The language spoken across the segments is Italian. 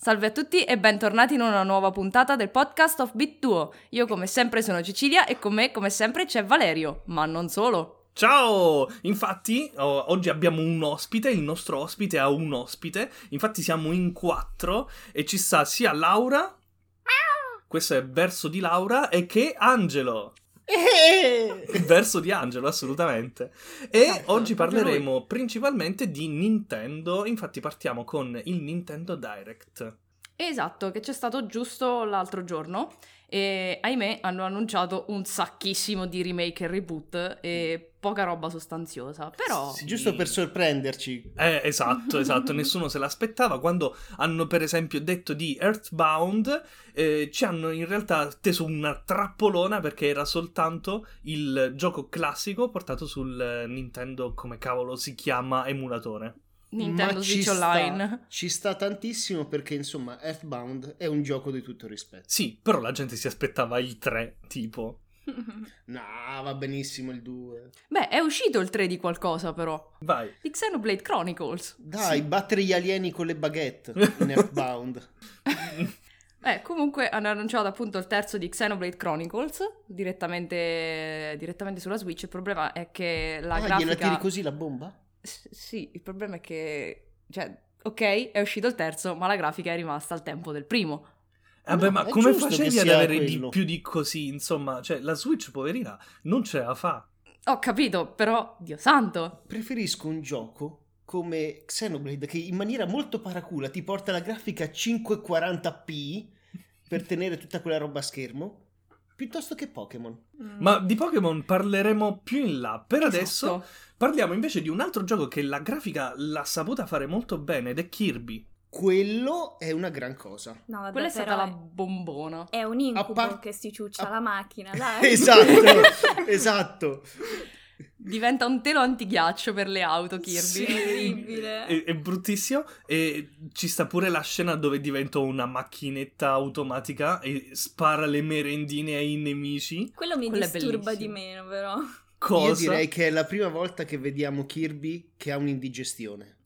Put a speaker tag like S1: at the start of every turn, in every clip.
S1: Salve a tutti e bentornati in una nuova puntata del podcast of Beat Duo. Io come sempre sono Cecilia e con me come sempre c'è Valerio, ma non solo.
S2: Ciao! Infatti, o- oggi abbiamo un ospite, il nostro ospite ha un ospite, infatti siamo in quattro e ci sta sia Laura, questo è il verso di Laura, e che Angelo. Il verso di Angelo, assolutamente. E
S1: Esatto,
S2: oggi
S1: proprio
S2: parleremo principalmente di Nintendo, infatti partiamo con il Nintendo Direct.
S1: Esatto, che c'è stato giusto l'altro giorno e ahimè hanno annunciato un sacchissimo di remake e reboot e poca roba sostanziosa, però...
S2: Sì.
S3: Giusto per sorprenderci.
S2: Eh, esatto, esatto, nessuno se l'aspettava. Quando hanno, per esempio, detto di Earthbound, eh, ci hanno in realtà teso una trappolona perché era soltanto il gioco classico portato sul eh, Nintendo, come cavolo si chiama, emulatore.
S1: Nintendo
S3: ma ci
S1: Switch
S3: sta-
S1: Online.
S3: ci sta tantissimo perché, insomma, Earthbound è un gioco di tutto rispetto.
S2: Sì, però la gente si aspettava il 3, tipo.
S3: No, va benissimo il 2.
S1: Beh, è uscito il 3 di qualcosa però,
S2: Vai.
S1: di Xenoblade Chronicles.
S3: Dai, battere gli alieni con le baguette in Earthbound.
S1: Eh, comunque hanno annunciato appunto il terzo di Xenoblade Chronicles direttamente, direttamente sulla Switch. Il problema è che la
S3: ah, gliela
S1: grafica.
S3: tiri così la bomba?
S1: S- sì, il problema è che. Cioè, ok, è uscito il terzo, ma la grafica è rimasta al tempo del primo.
S2: Vabbè,
S3: No,
S2: Eh, ma
S3: è
S2: come
S3: giusto che
S2: facevi ad
S3: sia
S2: avere di
S3: quello.
S2: più di così? Insomma, cioè, la Switch, poverina, non ce la fa.
S1: Ho capito, però, Dio santo!
S3: Preferisco un gioco come Xenoblade che in maniera molto paracula ti porta la grafica a 540p per tenere tutta quella roba a schermo, piuttosto che Pokémon.
S4: Mm,
S3: Mm.
S2: Ma di Pokémon parleremo più in là. Per adesso
S1: Esatto.
S2: Parliamo invece di un altro gioco che la grafica l'ha saputa fare molto bene ed è Kirby.
S3: Quello è una gran cosa.
S4: No, vabbè,
S1: Quella è stata
S4: però
S1: la bombona.
S4: È un incubo
S3: A par-
S4: che si ciuccia
S3: a-
S4: la macchina, dai.
S3: Esatto, esatto.
S1: Diventa un telo antighiaccio per le auto, Kirby.
S4: Terribile.
S2: È, è bruttissimo e ci sta pure la scena dove diventa una macchinetta automatica e spara le merendine ai nemici.
S4: Quello mi
S1: Quello è
S4: disturba di
S1: bellissimo.
S4: meno, però.
S2: Cosa?
S3: Io direi che è la prima volta che vediamo Kirby che ha un'indigestione.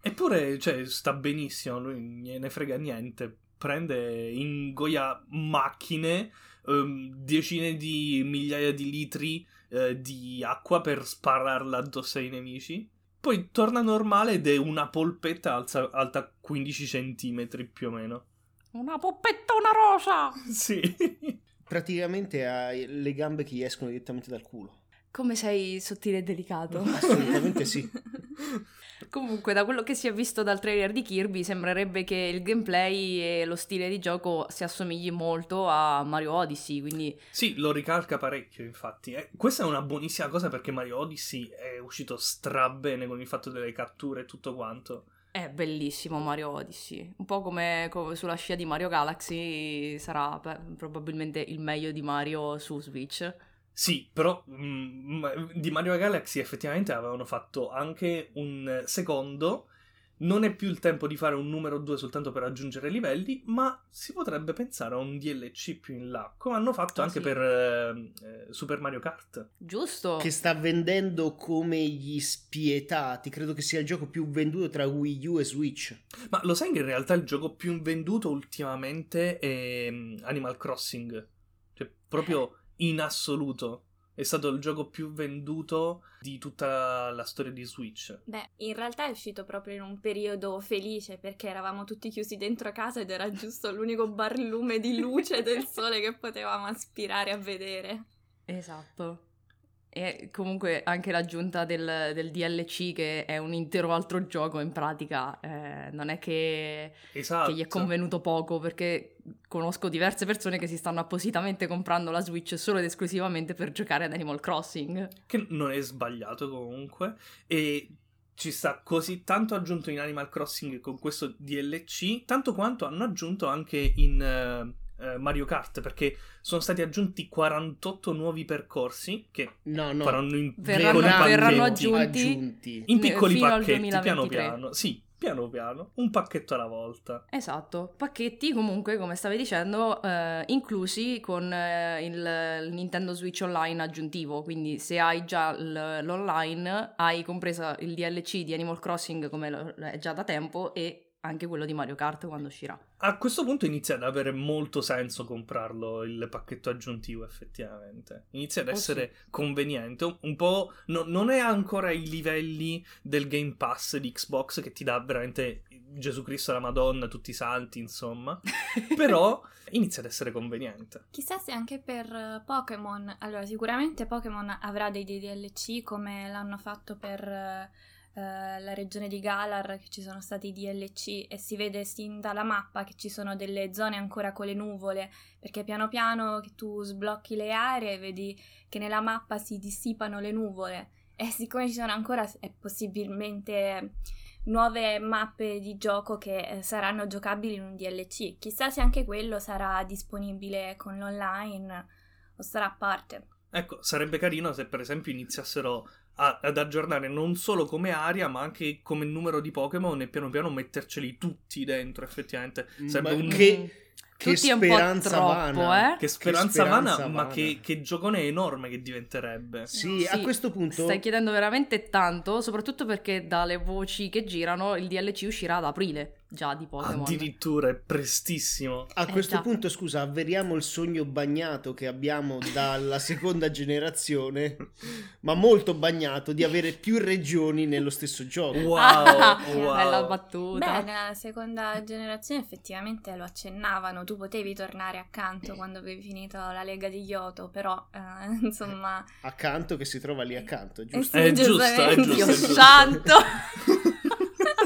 S2: Eppure, cioè, sta benissimo, lui ne frega niente. Prende, ingoia macchine, ehm, decine di migliaia di litri eh, di acqua per spararla addosso ai nemici. Poi torna normale ed è una polpetta alza- alta 15 centimetri più o meno.
S1: Una poppettona rosa!
S2: Sì.
S3: Praticamente ha le gambe che gli escono direttamente dal culo.
S1: Come sei sottile e delicato.
S3: Assolutamente sì.
S1: Comunque, da quello che si è visto dal trailer di Kirby, sembrerebbe che il gameplay e lo stile di gioco si assomigli molto a Mario Odyssey, quindi
S2: Sì, lo ricalca parecchio, infatti. Eh, questa è una buonissima cosa perché Mario Odyssey è uscito strabene con il fatto delle catture e tutto quanto.
S1: è bellissimo Mario Odyssey. Un po' come, come sulla scia di Mario Galaxy, sarà beh, probabilmente il meglio di Mario su Switch.
S2: Sì, però mm, ma- di Mario Galaxy effettivamente avevano fatto anche un secondo. Non è più il tempo di fare un numero 2 soltanto per aggiungere livelli, ma si potrebbe pensare a un DLC più in là, come hanno fatto
S1: Ah,
S2: anche
S1: sì.
S2: per eh, eh, Super Mario Kart.
S1: Giusto?
S3: Che sta vendendo come gli spietati. Credo che sia il gioco più venduto tra Wii U e Switch.
S2: Ma lo sai che in realtà il gioco più venduto ultimamente è mm, Animal Crossing? Cioè, proprio
S1: Eh.
S2: in assoluto. È stato il gioco più venduto di tutta la storia di Switch.
S4: Beh, in realtà è uscito proprio in un periodo felice perché eravamo tutti chiusi dentro casa ed era giusto l'unico barlume di luce del sole che potevamo aspirare a vedere.
S1: Esatto. E comunque anche l'aggiunta del, del DLC, che è un intero altro gioco in pratica, eh, non è che
S2: Esatto.
S1: che gli è convenuto poco perché conosco diverse persone che si stanno appositamente comprando la Switch solo ed esclusivamente per giocare ad Animal Crossing.
S2: che non è sbagliato comunque e ci sta così tanto aggiunto in Animal Crossing con questo DLC, tanto quanto hanno aggiunto anche in eh, eh, Mario Kart, perché sono stati aggiunti 48 nuovi percorsi che
S3: No, no.
S2: faranno in
S1: Verranno-
S2: piccoli pacchetti,
S1: verranno aggiunti-
S3: aggiunti.
S2: in piccoli
S1: Fino al
S2: pacchetti, piano
S1: 2023.
S2: piano. Sì, piano piano, un pacchetto alla volta.
S1: Esatto, pacchetti comunque, come stavi dicendo, eh, inclusi con eh, il, il Nintendo Switch Online aggiuntivo, quindi se hai già l- l'online hai compresa il DLC di Animal Crossing come lo- è già da tempo e anche quello di Mario Kart quando uscirà.
S2: A questo punto inizia ad avere molto senso comprarlo il pacchetto aggiuntivo, effettivamente. Inizia ad
S1: Oh,
S2: essere conveniente. un- Un po'. no- non è ancora ai livelli del Game Pass di Xbox che ti dà veramente Gesù Cristo la Madonna, tutti i santi, insomma. Però inizia ad essere conveniente.
S4: Chissà se anche per eh, Pokémon. Allora, sicuramente Pokémon avrà dei DLC come l'hanno fatto per eh, eh, la regione di Galar, che ci sono stati i DLC e si vede sin dalla mappa che ci sono delle zone ancora con le nuvole, perché piano piano che tu sblocchi le aree vedi che nella mappa si dissipano le nuvole e siccome ci sono ancora è possibilmente nuove mappe di gioco che eh, saranno giocabili in un DLC. Chissà se anche quello sarà disponibile con l'online o sarà a parte.
S2: Ecco, sarebbe carino se per esempio iniziassero a- ad aggiornare non solo come aria, ma anche come numero di Pokémon e piano piano metterceli tutti dentro, effettivamente. Sarebbe
S3: Mm, Ma
S2: un
S3: Che-
S1: Mm. Tutti
S3: che
S1: è un po'
S3: speranza
S1: troppo,
S3: vana.
S1: eh?
S2: Che speranza,
S3: speranza
S2: vana, ma
S3: vana.
S2: che, che giocone enorme che diventerebbe.
S3: Sì, a
S1: Sì,
S3: questo punto
S1: Stai chiedendo veramente tanto, soprattutto perché dalle voci che girano il DLC uscirà ad aprile già di Pokémon.
S2: Addirittura è prestissimo.
S3: A
S1: Eh,
S3: questo
S1: già.
S3: punto, scusa, avveriamo il sogno bagnato che abbiamo dalla seconda generazione, ma molto bagnato, di avere più regioni nello stesso gioco.
S2: Wow,
S1: Ah,
S2: wow.
S1: Bella battuta.
S4: Beh, nella seconda generazione effettivamente lo accennavano, tu potevi tornare accanto quando avevi finito la Lega di Kyoto, però eh, insomma...
S3: Accanto, che si trova lì accanto,
S4: eh
S3: giusto?
S4: sì,
S2: È giusto, è
S4: giustamente.
S2: giusto,
S1: Dio
S2: è giusto.
S1: santo!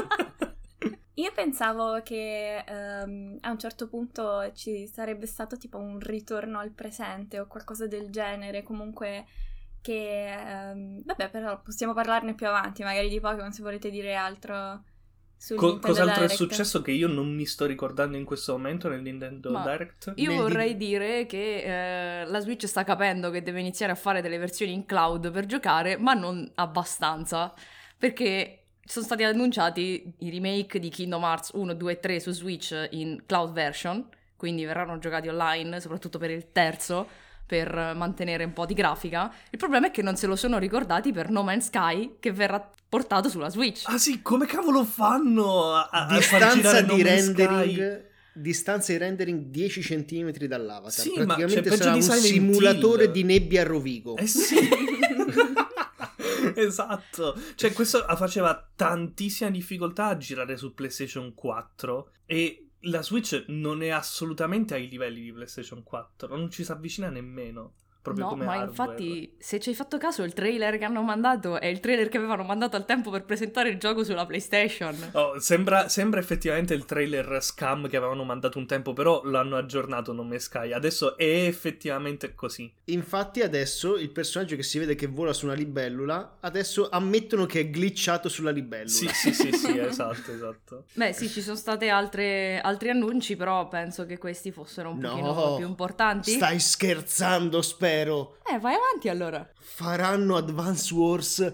S4: Io pensavo che ehm, a un certo punto ci sarebbe stato tipo un ritorno al presente o qualcosa del genere, comunque che... ehm, vabbè, però possiamo parlarne più avanti, magari di Pokémon se volete dire altro. sul
S2: Co-
S4: Nintendo
S2: cos'altro è
S4: Direct.
S2: successo che io non mi sto ricordando in questo momento nel Nintendo
S1: Ma-
S2: Direct?
S1: Io
S3: Esatto, Nel di-
S1: vorrei dire che eh, la Switch sta capendo che deve iniziare a fare delle versioni in cloud per giocare, ma non abbastanza, perché sono stati annunciati i remake di Kingdom Hearts 1, 2 e 3 su Switch in cloud version, quindi verranno giocati online, soprattutto per il terzo, per eh, mantenere un po' di grafica. Il problema è che non se lo sono ricordati per No Man's Sky, che verrà portato sulla Switch.
S2: Ah sì, come cavolo fanno a, a- a far girare
S3: Distanza di
S2: No Man's Sky?
S3: rendering. Distanza di rendering 10 cm dall'avatar.
S2: Sì, ma, cioè,
S3: Praticamente
S2: peggio
S3: sarà
S2: di
S3: un
S2: Silent
S3: simulatore
S2: Hill.
S3: di nebbia a rovigo.
S2: Eh sì. esatto. Cioè, questo faceva tantissima difficoltà a girare su PlayStation 4 e la Switch non è assolutamente ai livelli di PlayStation 4, non ci si avvicina nemmeno. Proprio
S1: No,
S2: come
S1: ma
S2: hardware.
S1: infatti, se ci hai fatto caso, il trailer che hanno mandato è il trailer che avevano mandato al tempo per presentare il gioco sulla PlayStation.
S2: Oh, sembra, sembra effettivamente il trailer scam che avevano mandato un tempo, però l'hanno aggiornato nome Sky. Adesso è effettivamente così.
S3: Infatti, adesso il personaggio che si vede che vola su una libellula, adesso ammettono che è glitchato sulla libellula.
S2: Sì, sì, sì, sì, esatto, esatto.
S1: Beh, sì, ci sono stati altri annunci, però penso che questi fossero un
S3: No.
S1: pochino più importanti.
S3: Stai scherzando, spero.
S1: Eh, vai avanti allora.
S3: Faranno Advance Wars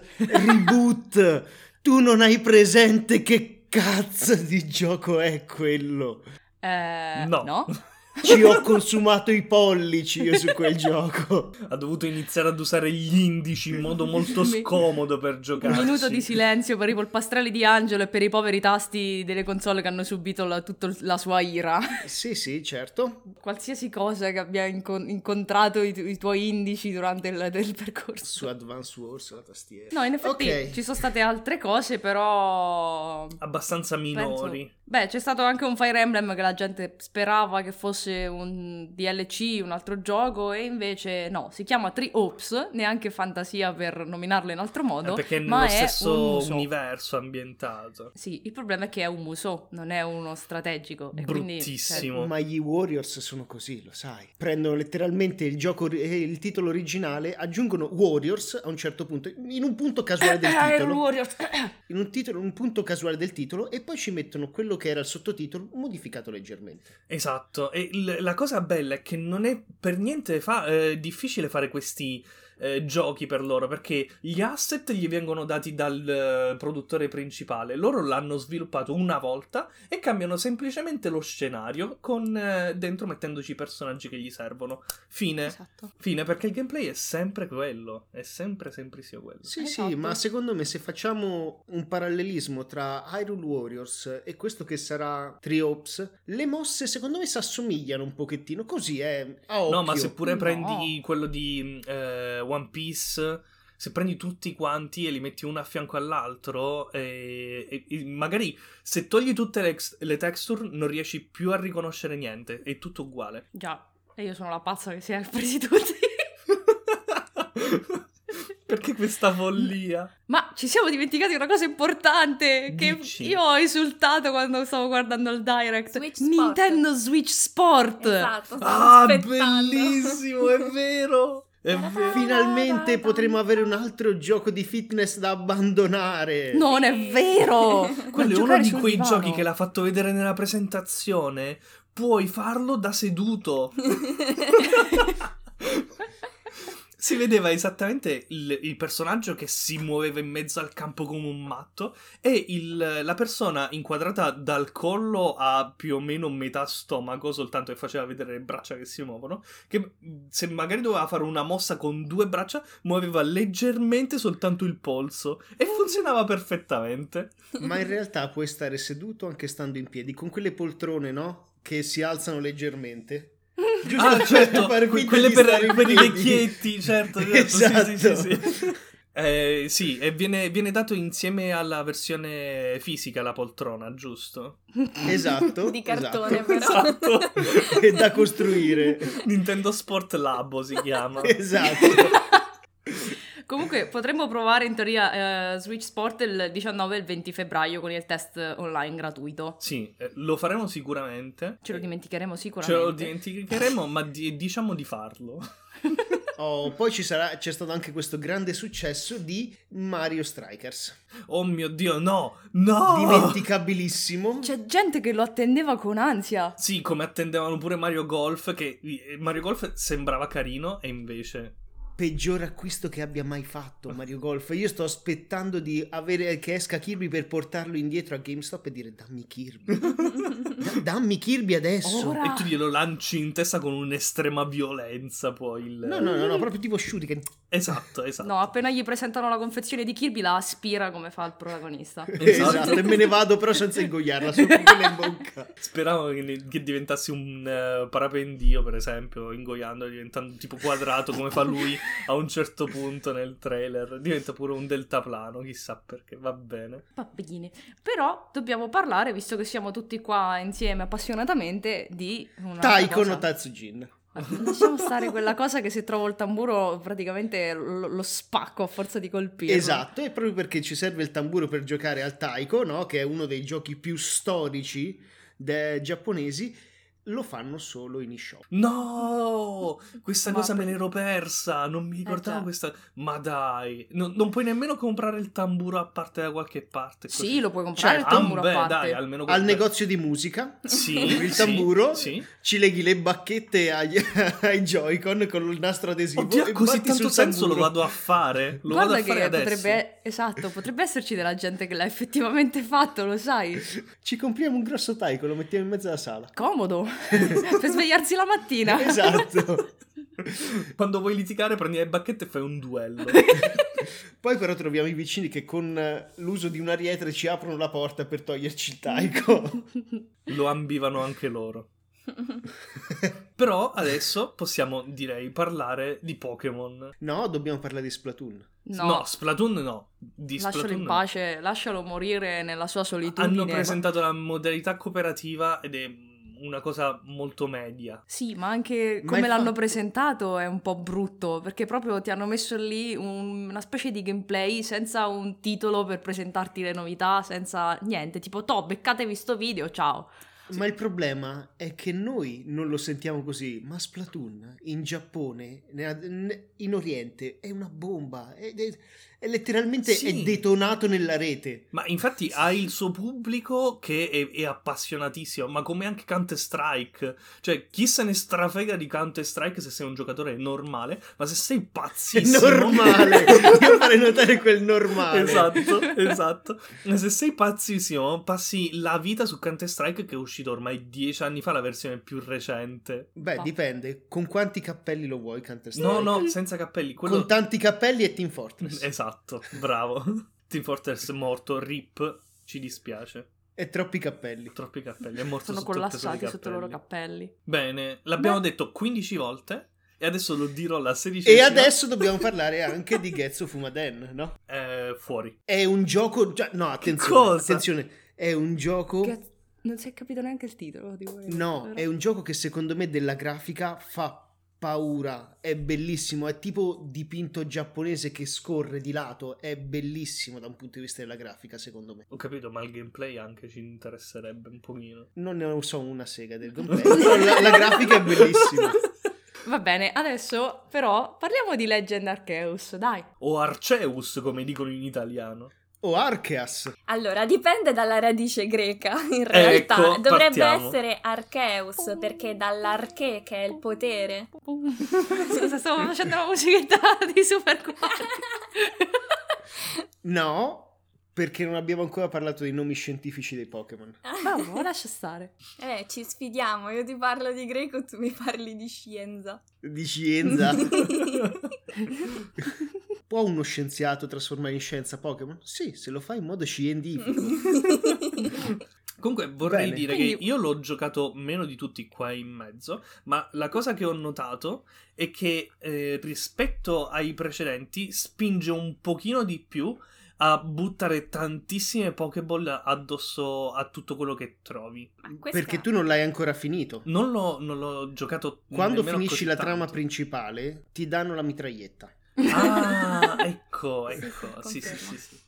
S3: reboot. tu non hai presente che cazzo di gioco è quello?
S1: Eh,
S2: No.
S3: Ci ho consumato i pollici io su quel gioco.
S2: Ha dovuto iniziare ad usare gli indici in modo molto
S1: Mi-
S2: scomodo per
S1: Un
S2: giocare.
S1: minuto di silenzio per i polpastrelli di Angelo e per i poveri tasti delle console che hanno subito la, tutta la sua ira.
S3: Sì, sì, certo.
S1: Qualsiasi cosa che abbia incon- incontrato i, tu- i tuoi indici durante il del percorso.
S3: Su Advance Wars la tastiera.
S1: No, in effetti
S3: Ok.
S1: ci sono state altre cose, però.
S2: abbastanza
S1: penso-
S2: minori.
S1: Beh, c'è stato anche un Fire Emblem che la gente sperava che fosse un DLC, un altro gioco, e invece no, si chiama Tree Ops, neanche fantasia per nominarlo in altro
S2: Eh,
S1: modo.
S2: perché è
S1: ma
S2: nello
S1: è un
S2: stesso
S1: muso.
S2: universo ambientato.
S1: Sì, il problema è che è un muso, non è uno strategico. E quindi, cioè,
S2: Bruttissimo.
S3: Ma gli Warriors sono così, lo sai. Prendono letteralmente il gioco, ri- eh, il titolo originale, aggiungono Warriors a un certo punto, in un punto casuale del
S1: Eh, Iron
S3: titolo.
S1: Warriors.
S3: in un, titolo, un punto casuale del titolo e poi ci mettono quello che era il sottotitolo modificato leggermente.
S2: Esatto. E l- la cosa bella è che non è per niente fa- eh, difficile fare questi eh, giochi per loro perché gli asset gli vengono dati dal eh, produttore principale, loro l'hanno sviluppato una volta e cambiano semplicemente lo scenario con eh, dentro mettendoci i personaggi che gli servono. Fine.
S1: Esatto.
S2: Fine, perché il gameplay è sempre quello, è sempre semplissimo quello.
S3: Sì,
S1: Esatto.
S3: sì, ma secondo me se facciamo un parallelismo tra Hyrule Warriors e questo che sarà Triops, le mosse secondo me si assomigliano un pochettino, così è a occhio.
S2: No, ma se pure
S1: No.
S2: prendi quello di eh, One Piece, se prendi tutti quanti e li metti uno a fianco all'altro, eh, e- e magari se togli tutte le, ex- le texture non riesci più a riconoscere niente, è tutto uguale.
S1: Già, e io sono la pazza che si è presi tutti.
S2: Perché questa follia?
S1: Ma ci siamo dimenticati una cosa importante che
S2: Dici.
S1: io ho esultato quando stavo guardando il direct.
S4: Switch Sport.
S1: Nintendo Switch Sport.
S4: Esatto, stavo
S2: Ah,
S4: aspettando.
S2: bellissimo, è vero! È vero.
S3: Finalmente potremo avere un altro gioco di fitness da abbandonare.
S1: Non è vero!
S2: Quello è
S1: Ma
S2: uno
S1: giocare
S2: di
S1: sul
S2: quei
S1: divano.
S2: giochi che l'ha fatto vedere nella presentazione. Puoi farlo da seduto. si vedeva esattamente il, il personaggio che si muoveva in mezzo al campo come un matto e il- la persona inquadrata dal collo a più o meno metà stomaco, soltanto che faceva vedere le braccia che si muovono, che mm, se magari doveva fare una mossa con due braccia, muoveva leggermente soltanto il polso e
S1: Mm.
S2: funzionava perfettamente.
S3: Ma in realtà puoi stare seduto anche stando in piedi, con quelle poltrone, no? Che si alzano leggermente. Giusto
S2: Ah,
S3: per
S2: certo,
S3: far
S2: que-
S3: finta
S2: quelle
S3: di stare
S2: per,
S3: in
S2: per i
S3: piedi.
S2: vecchietti, certo, certo, sì, sì,
S3: Esatto.
S2: sì, sì. Eh, sì, e viene, viene dato insieme alla versione fisica la poltrona, giusto?
S3: Esatto.
S4: Di cartone,
S3: esatto.
S4: però.
S2: Esatto.
S3: È da costruire.
S2: Nintendo Sport Labo si chiama.
S3: Esatto.
S1: Comunque potremmo provare in teoria eh, Switch Sport il 19 e il 20 febbraio con il test online gratuito.
S2: Sì, eh, lo faremo sicuramente.
S1: Ce lo dimenticheremo
S2: Ce lo
S1: sicuramente.
S2: dimenticheremo, ma di- diciamo di farlo.
S3: Oh, poi ci sarà, c'è stato anche questo grande successo di Mario Strikers.
S2: Oh mio Dio, no, no!
S3: Dimenticabilissimo.
S1: C'è gente che lo attendeva con ansia.
S2: Sì, come attendevano pure Mario Golf, che eh, Mario Golf sembrava carino e invece
S3: Peggior acquisto che abbia mai fatto Mario Golf. Io sto aspettando di avere che esca Kirby per portarlo indietro a GameStop e dire dammi Kirby. Da- dammi Kirby adesso.
S1: Ora.
S2: E tu glielo lanci in testa con un'estrema violenza poi il...
S3: No, no, no, no, proprio tipo Shuriken.
S2: Esatto, esatto.
S1: No, appena gli presentano la confezione di Kirby la aspira come fa il protagonista.
S3: Esatto.
S2: Esatto.
S3: e me ne vado però senza ingoiarla, solo con quella in bocca.
S2: Speravo che, ne- che diventassi un eh, parapendio, per esempio, ingoiando, diventando tipo quadrato come fa lui a un certo punto nel trailer. Diventa pure un deltaplano, chissà perché, va bene.
S1: Pappini. Però dobbiamo parlare, visto che siamo tutti qua insieme appassionatamente, di una
S3: Taiko
S1: cosa. Ah,
S3: no Tatsujin.
S1: Lasciamo stare quella cosa che se trovo il tamburo praticamente lo, lo spacco a forza di colpire.
S3: Esatto, e proprio perché ci serve il tamburo per giocare al taiko, no? che è uno dei giochi più storici de- giapponesi, lo fanno solo in eShop.
S2: No, questa
S1: Ma
S2: cosa me
S1: per- Eh
S2: l'ero persa, non mi ricordavo
S1: già.
S2: questa... Ma dai, no- non puoi nemmeno comprare il tamburo a parte da qualche parte. così.
S1: Sì, lo puoi comprare il
S2: ah,
S1: tamburo
S2: beh,
S1: a parte.
S2: dai, almeno
S3: Al
S2: quel-
S3: negozio di musica
S2: Sì,
S3: Il
S2: sì,
S3: tamburo?
S2: Sì.
S3: ci leghi le bacchette agli- ai Joy-Con con il nastro adesivo.
S2: Oddio,
S3: e
S2: ha così
S3: batti
S2: tanto
S3: sul
S2: senso lo
S3: tamburo.
S2: vado a fare. Lo
S1: Guarda
S2: vado a
S1: che
S2: fare adesso.
S1: potrebbe, esatto, potrebbe esserci della gente che l'ha effettivamente fatto, lo sai.
S3: Ci compriamo un grosso taiko, lo mettiamo in mezzo alla sala.
S1: Comodo per svegliarsi la mattina.
S3: Esatto.
S2: Quando vuoi litigare, prendi le bacchette e fai un duello.
S3: Poi però troviamo i vicini che con eh, l'uso di una rietra ci aprono la porta per toglierci il taiko.
S2: lo ambivano anche loro. Però adesso possiamo, direi, parlare di Pokémon.
S3: No, dobbiamo parlare di Splatoon.
S1: No,
S2: Splatoon no. Di
S1: lascialo
S2: Splatoon
S1: in
S2: no.
S1: pace, lascialo morire nella sua solitudine.
S2: Hanno presentato la modalità cooperativa ed è una cosa molto media.
S1: Sì, ma anche
S3: Ma
S1: come l'hanno
S3: infatti-
S1: presentato è un po' brutto, perché proprio ti hanno messo lì un- una specie di gameplay senza un titolo per presentarti le novità, senza niente, tipo, to, beccatevi sto video, ciao.
S3: Ma il problema è che noi non lo sentiamo così, ma Splatoon in Giappone, nella- n- in Oriente, è una bomba. Ed è, è letteralmente
S2: Sì.
S3: è detonato nella rete.
S2: Ma infatti ha il suo pubblico che è, è appassionatissimo, ma come anche Counter-Strike. Cioè, chi se ne strafega di Counter-Strike se sei un giocatore normale, ma se sei
S3: È
S2: pazzissimo...
S3: normale, devo fare notare quel normale.
S2: Esatto, esatto. Se sei pazzissimo, passi la vita su Counter-Strike che è uscito ormai dieci anni fa, la versione più recente.
S3: Beh,
S1: Ah.
S3: dipende, con quanti cappelli lo vuoi Counter Strike?
S2: No, no, senza cappelli. Quello...
S3: Con tanti cappelli e Team Fortress.
S2: Esatto, bravo. Team Fortress è morto, rip, ci dispiace.
S3: E troppi cappelli.
S2: Troppi cappelli, è morto
S1: Sono
S2: sotto il peso dei
S1: collassati sotto i loro cappelli.
S2: Bene, l'abbiamo detto 15 volte e adesso lo dirò la
S3: E
S2: sedicesima.
S3: adesso dobbiamo parlare anche di Getsu Fumaden, no?
S2: Eh, fuori.
S3: È un gioco. già- No, attenzione,
S2: Cosa?
S3: attenzione. È un gioco.
S1: Che- Non si è capito neanche il titolo di quello.
S3: Boh. No,
S1: vero?
S3: è un gioco che secondo me della grafica fa paura. È bellissimo. È tipo dipinto giapponese che scorre di lato. È bellissimo da un punto di vista della grafica, secondo me.
S2: Ho capito, ma il gameplay anche ci interesserebbe un pochino.
S3: Non ne so una sega del gameplay. però la, la grafica è bellissima.
S1: Va bene, adesso però parliamo di Legend Arceus, dai.
S2: O Arceus, come dicono in italiano.
S3: Oh, Arceas.
S4: Allora, dipende dalla radice greca, in realtà. Dovrebbe
S2: Ecco, partiamo.
S4: essere Archeus, perché dall'arche, che è il potere.
S1: Scusa, stavo facendo la musichetta di Super
S3: No, perché non abbiamo ancora parlato dei nomi scientifici dei Pokémon.
S1: Vabbè, lascia stare.
S4: Eh, ci sfidiamo, io ti parlo di greco, tu mi parli di scienza.
S3: Di scienza. Può uno scienziato trasformare in scienza Pokémon? Sì, se lo fa in modo scientifico.
S2: Comunque vorrei
S3: Bene.
S2: dire che
S1: Quindi-
S2: io l'ho giocato meno di tutti qua in mezzo, ma la cosa che ho notato è che eh, rispetto ai precedenti spinge un pochino di più a buttare tantissime Pokéball addosso a tutto quello che trovi.
S4: Ma questa-
S3: Perché tu non l'hai ancora finito.
S2: Non l'ho, non l'ho giocato
S3: Quando
S2: Mm, nemmeno
S3: finisci
S2: così
S3: la
S2: tanto.
S3: trama principale, ti danno la mitraglietta.
S2: Ah, ecco, ecco. Sì,
S4: Sì,
S2: sì,
S4: confermo.
S2: sì, sì.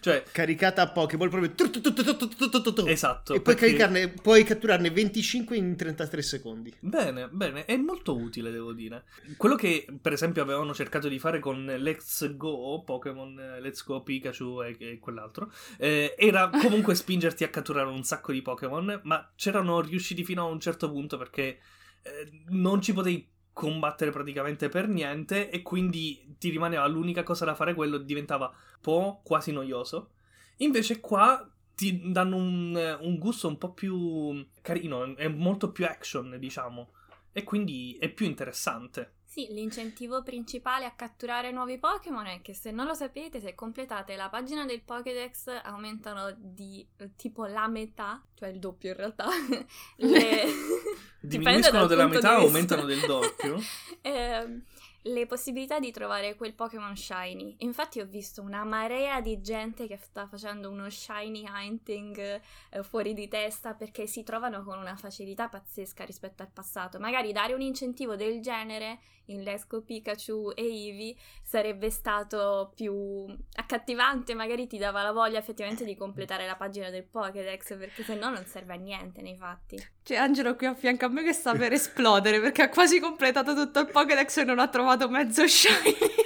S2: Cioè,
S3: Caricata a Pokéball proprio. tu, tu, tu, tu, tu, tu, tu, tu, tu.
S2: esatto.
S3: E puoi,
S2: perché-
S3: caricarne, puoi catturarne 25 in 33 secondi.
S2: Bene, bene, è molto utile, devo dire. Quello che, per esempio, avevano cercato di fare con Let's Go, Pokémon eh, Let's Go, Pikachu e, e quell'altro, eh, era comunque spingerti a catturare un sacco di Pokémon, ma c'erano riusciti fino a un certo punto perché eh, non ci potevi combattere praticamente per niente e quindi ti rimaneva l'unica cosa da fare quello diventava un po' quasi noioso. Invece qua ti danno un, un gusto un po' più carino, è molto più action, diciamo, e quindi è più interessante.
S4: Sì, l'incentivo principale a catturare nuovi Pokémon è che se non lo sapete, se completate la pagina del Pokédex aumentano di eh, tipo la metà, cioè il doppio in realtà, le... Dipende
S2: Diminuiscono
S4: dal
S2: della
S4: punto
S2: metà,
S4: di vista.
S2: aumentano del doppio.
S4: Ehm, le possibilità di trovare quel Pokémon Shiny. Infatti ho visto una marea di gente che sta facendo uno Shiny hunting eh, fuori di testa perché si trovano con una facilità pazzesca rispetto al passato. Magari dare un incentivo del genere in Let's Go Pikachu e Eevee sarebbe stato più accattivante, magari ti dava la voglia effettivamente di completare la pagina del Pokédex perché se no non serve a niente nei fatti.
S1: C'è Cioè, Angelo qui a fianco a me che sta per esplodere perché ha quasi completato tutto il Pokédex e non ha trovato mezzo shiny.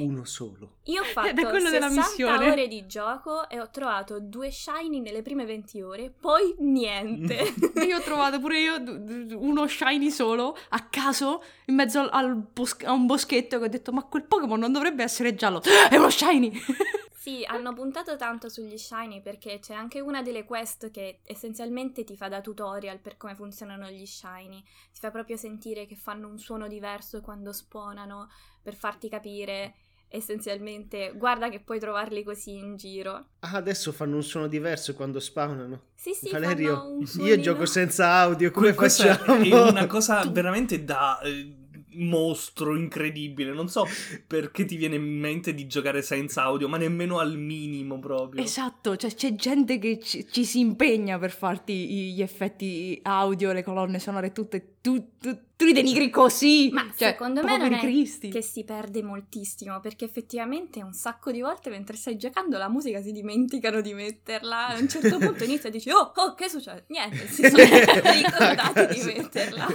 S3: Uno solo.
S4: Io ho fatto
S1: Ed è quello
S4: 60
S1: della missione.
S4: ore di gioco e ho trovato due shiny nelle prime 20 ore, poi niente.
S1: io ho trovato pure io d- d- uno shiny solo a caso in mezzo al- al bos- a un boschetto che ho detto ma quel Pokémon non dovrebbe essere giallo. È uno shiny!
S4: sì, hanno puntato tanto sugli shiny perché c'è anche una delle quest che essenzialmente ti fa da tutorial per come funzionano gli shiny. Ti fa proprio sentire che fanno un suono diverso quando spawnano per farti capire essenzialmente guarda che puoi trovarli così in giro.
S3: Ah, adesso fanno un suono diverso quando spawnano.
S4: Sì, sì,
S3: Valerio,
S4: fanno un
S3: Io
S4: suonino.
S3: gioco senza audio, come
S2: Questa
S3: facciamo?
S2: è una cosa veramente da eh, mostro incredibile. Non so perché ti viene in mente di giocare senza audio, ma nemmeno al minimo proprio.
S1: Esatto, cioè c'è gente che ci, ci si impegna per farti i- gli effetti audio, le colonne sonore, tutte tu, tu, tu li denigri così.
S4: Ma
S1: Cioè,
S4: secondo me
S1: poveri
S4: non è
S1: cristi.
S4: che si perde moltissimo perché effettivamente un sacco di volte mentre stai giocando la musica si dimenticano di metterla. A un certo punto inizia e dici oh, oh che succede? Niente, si sono ricordati
S3: Esatto.
S4: di metterla.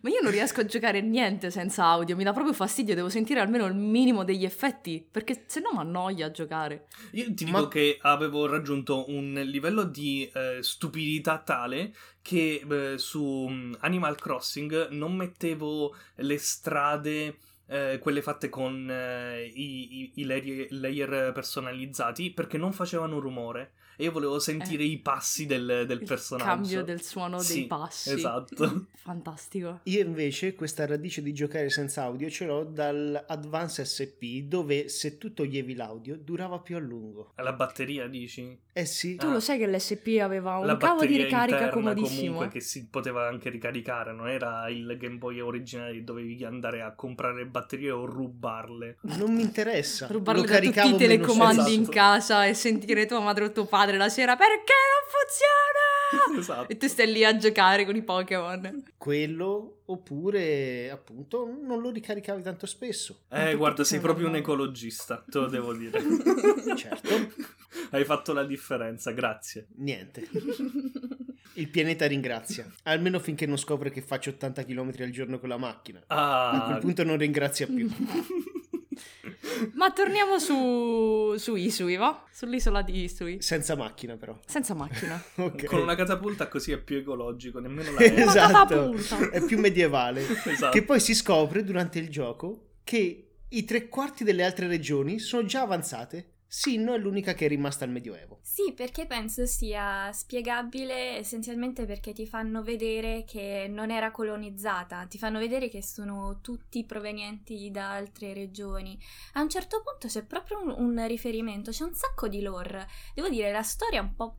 S1: Ma io non riesco a giocare niente senza audio, mi dà proprio fastidio, devo sentire almeno il minimo degli effetti, perché se no mi annoia a giocare.
S2: Io ti
S3: Ma-
S2: dico che avevo raggiunto un livello di eh, stupidità tale che eh, su mm, Animal Crossing non mettevo le strade, eh, quelle fatte con eh, i, i- i layer, layer personalizzati, perché non facevano rumore. E io volevo sentire i passi del, del
S1: Eh. Il
S2: personaggio.
S1: cambio del suono
S2: Sì,
S1: dei passi.
S2: esatto.
S1: Fantastico.
S3: Io invece questa radice di giocare senza audio ce l'ho dall'Advance SP dove se tu toglievi l'audio durava più a lungo.
S2: La batteria, dici?
S3: Eh sì,
S1: Tu
S2: Ah.
S1: lo sai che l'SP aveva un
S2: La
S1: cavo di
S2: batteria
S1: ricarica
S2: interna,
S1: comodissimo. eh.
S2: comunque che si poteva anche ricaricare, non era il Game Boy originale che dovevi andare a comprare batterie o rubarle.
S3: non mi interessa.
S1: Rubarlo
S3: lo
S1: da tutti
S3: caricavo
S1: i
S3: meno
S1: telecomandi
S3: senza-
S1: in
S2: Esatto.
S1: casa e sentire tua madre o tuo padre la sera perché non funziona!
S2: esatto.
S1: E tu stai lì a giocare con i Pokémon.
S3: Quello oppure appunto non lo ricaricavi tanto spesso.
S2: Eh, guarda, sei proprio un
S1: eco
S2: ecologista, te lo devo dire.
S3: Certo.
S2: Hai fatto la differenza, grazie.
S3: Niente. Il pianeta ringrazia, almeno finché non scopre che faccio 80 km al giorno con la macchina. A quel
S2: Ah.
S3: punto non ringrazia più.
S1: Ma torniamo su, su Isui, va? Sull'isola di Isui.
S3: Senza macchina però.
S1: Senza macchina.
S3: Ok.
S2: Con una catapulta così è più ecologico, nemmeno la è.
S3: esatto.
S1: catapulta.
S3: È più medievale.
S2: Esatto.
S3: Che poi si scopre durante il gioco che i tre quarti delle altre regioni sono già avanzate. Sinno è l'unica che è rimasta al Medioevo.
S4: Sì, perché penso sia spiegabile essenzialmente perché ti fanno vedere che non era colonizzata, ti fanno vedere che sono tutti provenienti da altre regioni. A un certo punto c'è proprio un, un riferimento, c'è un sacco di lore. Devo dire, la storia è un po'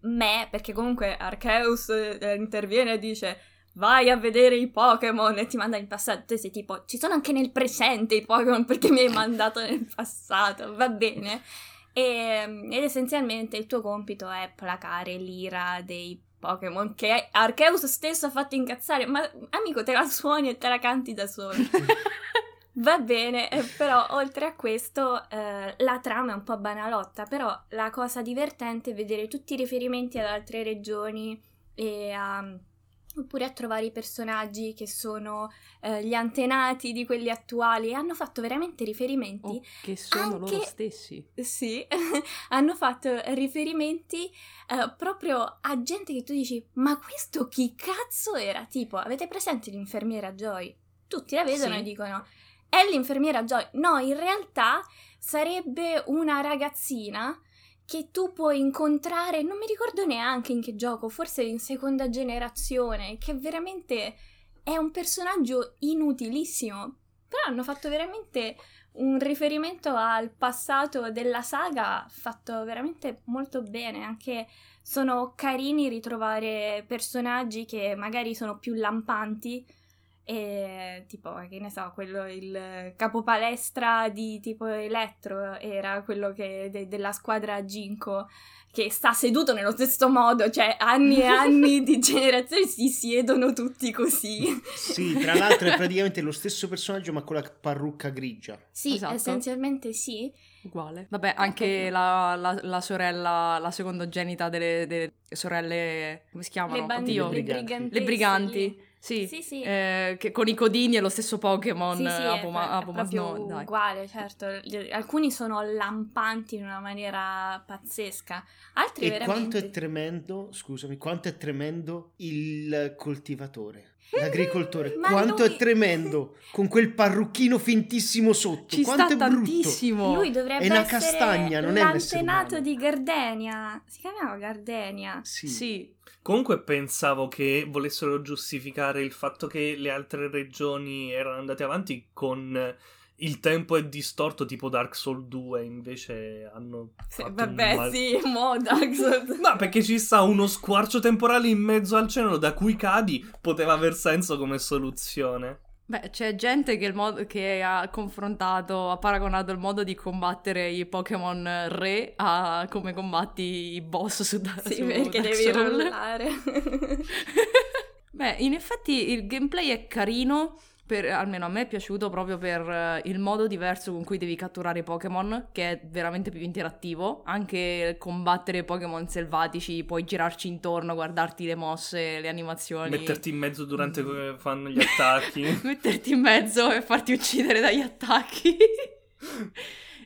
S4: me, perché comunque Arceus eh, interviene e dice vai a vedere i Pokémon e ti manda in passato. Tu sei tipo, ci sono anche nel presente i Pokémon perché mi hai mandato nel passato, va bene. E- Ehm, ed essenzialmente il tuo compito è placare l'ira dei Pokémon che Arceus stesso ha fatto incazzare. Ma amico, te la suoni e te la canti da solo. Va bene, eh, però oltre a questo eh, la trama è un po' banalotta, però la cosa divertente è vedere tutti i riferimenti ad altre regioni e a- oppure a trovare i personaggi che sono eh, gli antenati di quelli attuali e hanno fatto veramente riferimenti
S1: Oh, che sono loro
S4: Anche-
S1: stessi.
S4: sì, hanno fatto riferimenti eh, proprio a gente che tu dici, ma questo chi cazzo era? Tipo, avete presente l'infermiera Joy? Tutti la vedono
S1: Sì.
S4: e dicono, è l'infermiera Joy. No, in realtà sarebbe una ragazzina che tu puoi incontrare, non mi ricordo neanche in che gioco, forse in seconda generazione, che veramente è un personaggio inutilissimo. Però hanno fatto veramente un riferimento al passato della saga fatto veramente molto bene. Anche sono carini ritrovare personaggi che magari sono più lampanti. E tipo, che ne so, quello il capopalestra di tipo Elettro era quello che de- della squadra Ginko che sta seduto nello stesso modo, cioè anni e anni di generazioni si siedono tutti così.
S3: Sì, tra l'altro è praticamente lo stesso personaggio ma con la parrucca grigia.
S4: Sì,
S1: Esatto.
S4: essenzialmente sì.
S1: Uguale. Vabbè, anche la, la- la sorella, la secondogenita delle, delle sorelle, come si chiamano?
S4: Le, bandi-
S1: Oddio.
S3: le
S4: le briganti.
S1: Le briganti. Sì.
S4: Sì, sì.
S1: Eh, che con i codini e lo stesso Pokémon
S4: Sì, sì,
S1: eh,
S4: è
S1: Apoma-
S4: pro- è
S1: Apomas-
S4: proprio
S1: no, dai.
S4: uguale, certo. Gli- Alcuni sono lampanti in una maniera pazzesca, altri
S3: E quanto
S4: veramente...
S3: è tremendo, scusami, quanto è tremendo il coltivatore, l'agricoltore,
S4: Eh, Ma
S3: quanto
S4: lui-
S3: è tremendo con quel parrucchino fintissimo sotto,
S1: Ci
S3: quanto
S1: sta
S3: è brutto.
S1: tantissimo.
S4: Lui dovrebbe
S3: È una
S4: essere
S3: castagna, non è un essere
S4: l'antenato
S3: umano.
S4: di Gardenia. Si chiamava Gardenia.
S3: Sì.
S1: Sì.
S2: Comunque pensavo che volessero giustificare il fatto che le altre regioni erano andate avanti con eh, il tempo è distorto tipo Dark Souls 2, invece hanno
S4: Sì,
S2: fatto un
S4: vabbè,
S2: mal-
S4: sì, mo Dark Souls.
S2: Ma perché ci sta uno squarcio temporale in mezzo al cielo da cui cadi poteva aver senso come soluzione.
S1: Beh, c'è gente che, il modo- che ha confrontato, ha paragonato il modo di combattere i Pokémon re a come combatti i boss su, da-
S4: Sì,
S1: su Dark
S4: perché devi
S1: Souls.
S4: rollare.
S1: Beh, in effetti il gameplay è carino, per- almeno a me è piaciuto proprio per eh, il modo diverso con cui devi catturare i Pokémon, che è veramente più interattivo. Anche combattere Pokémon selvatici, puoi girarci intorno, guardarti le mosse, le animazioni.
S2: Metterti in mezzo durante
S4: Mm.
S2: come fanno gli attacchi.
S1: metterti in mezzo e farti uccidere dagli attacchi.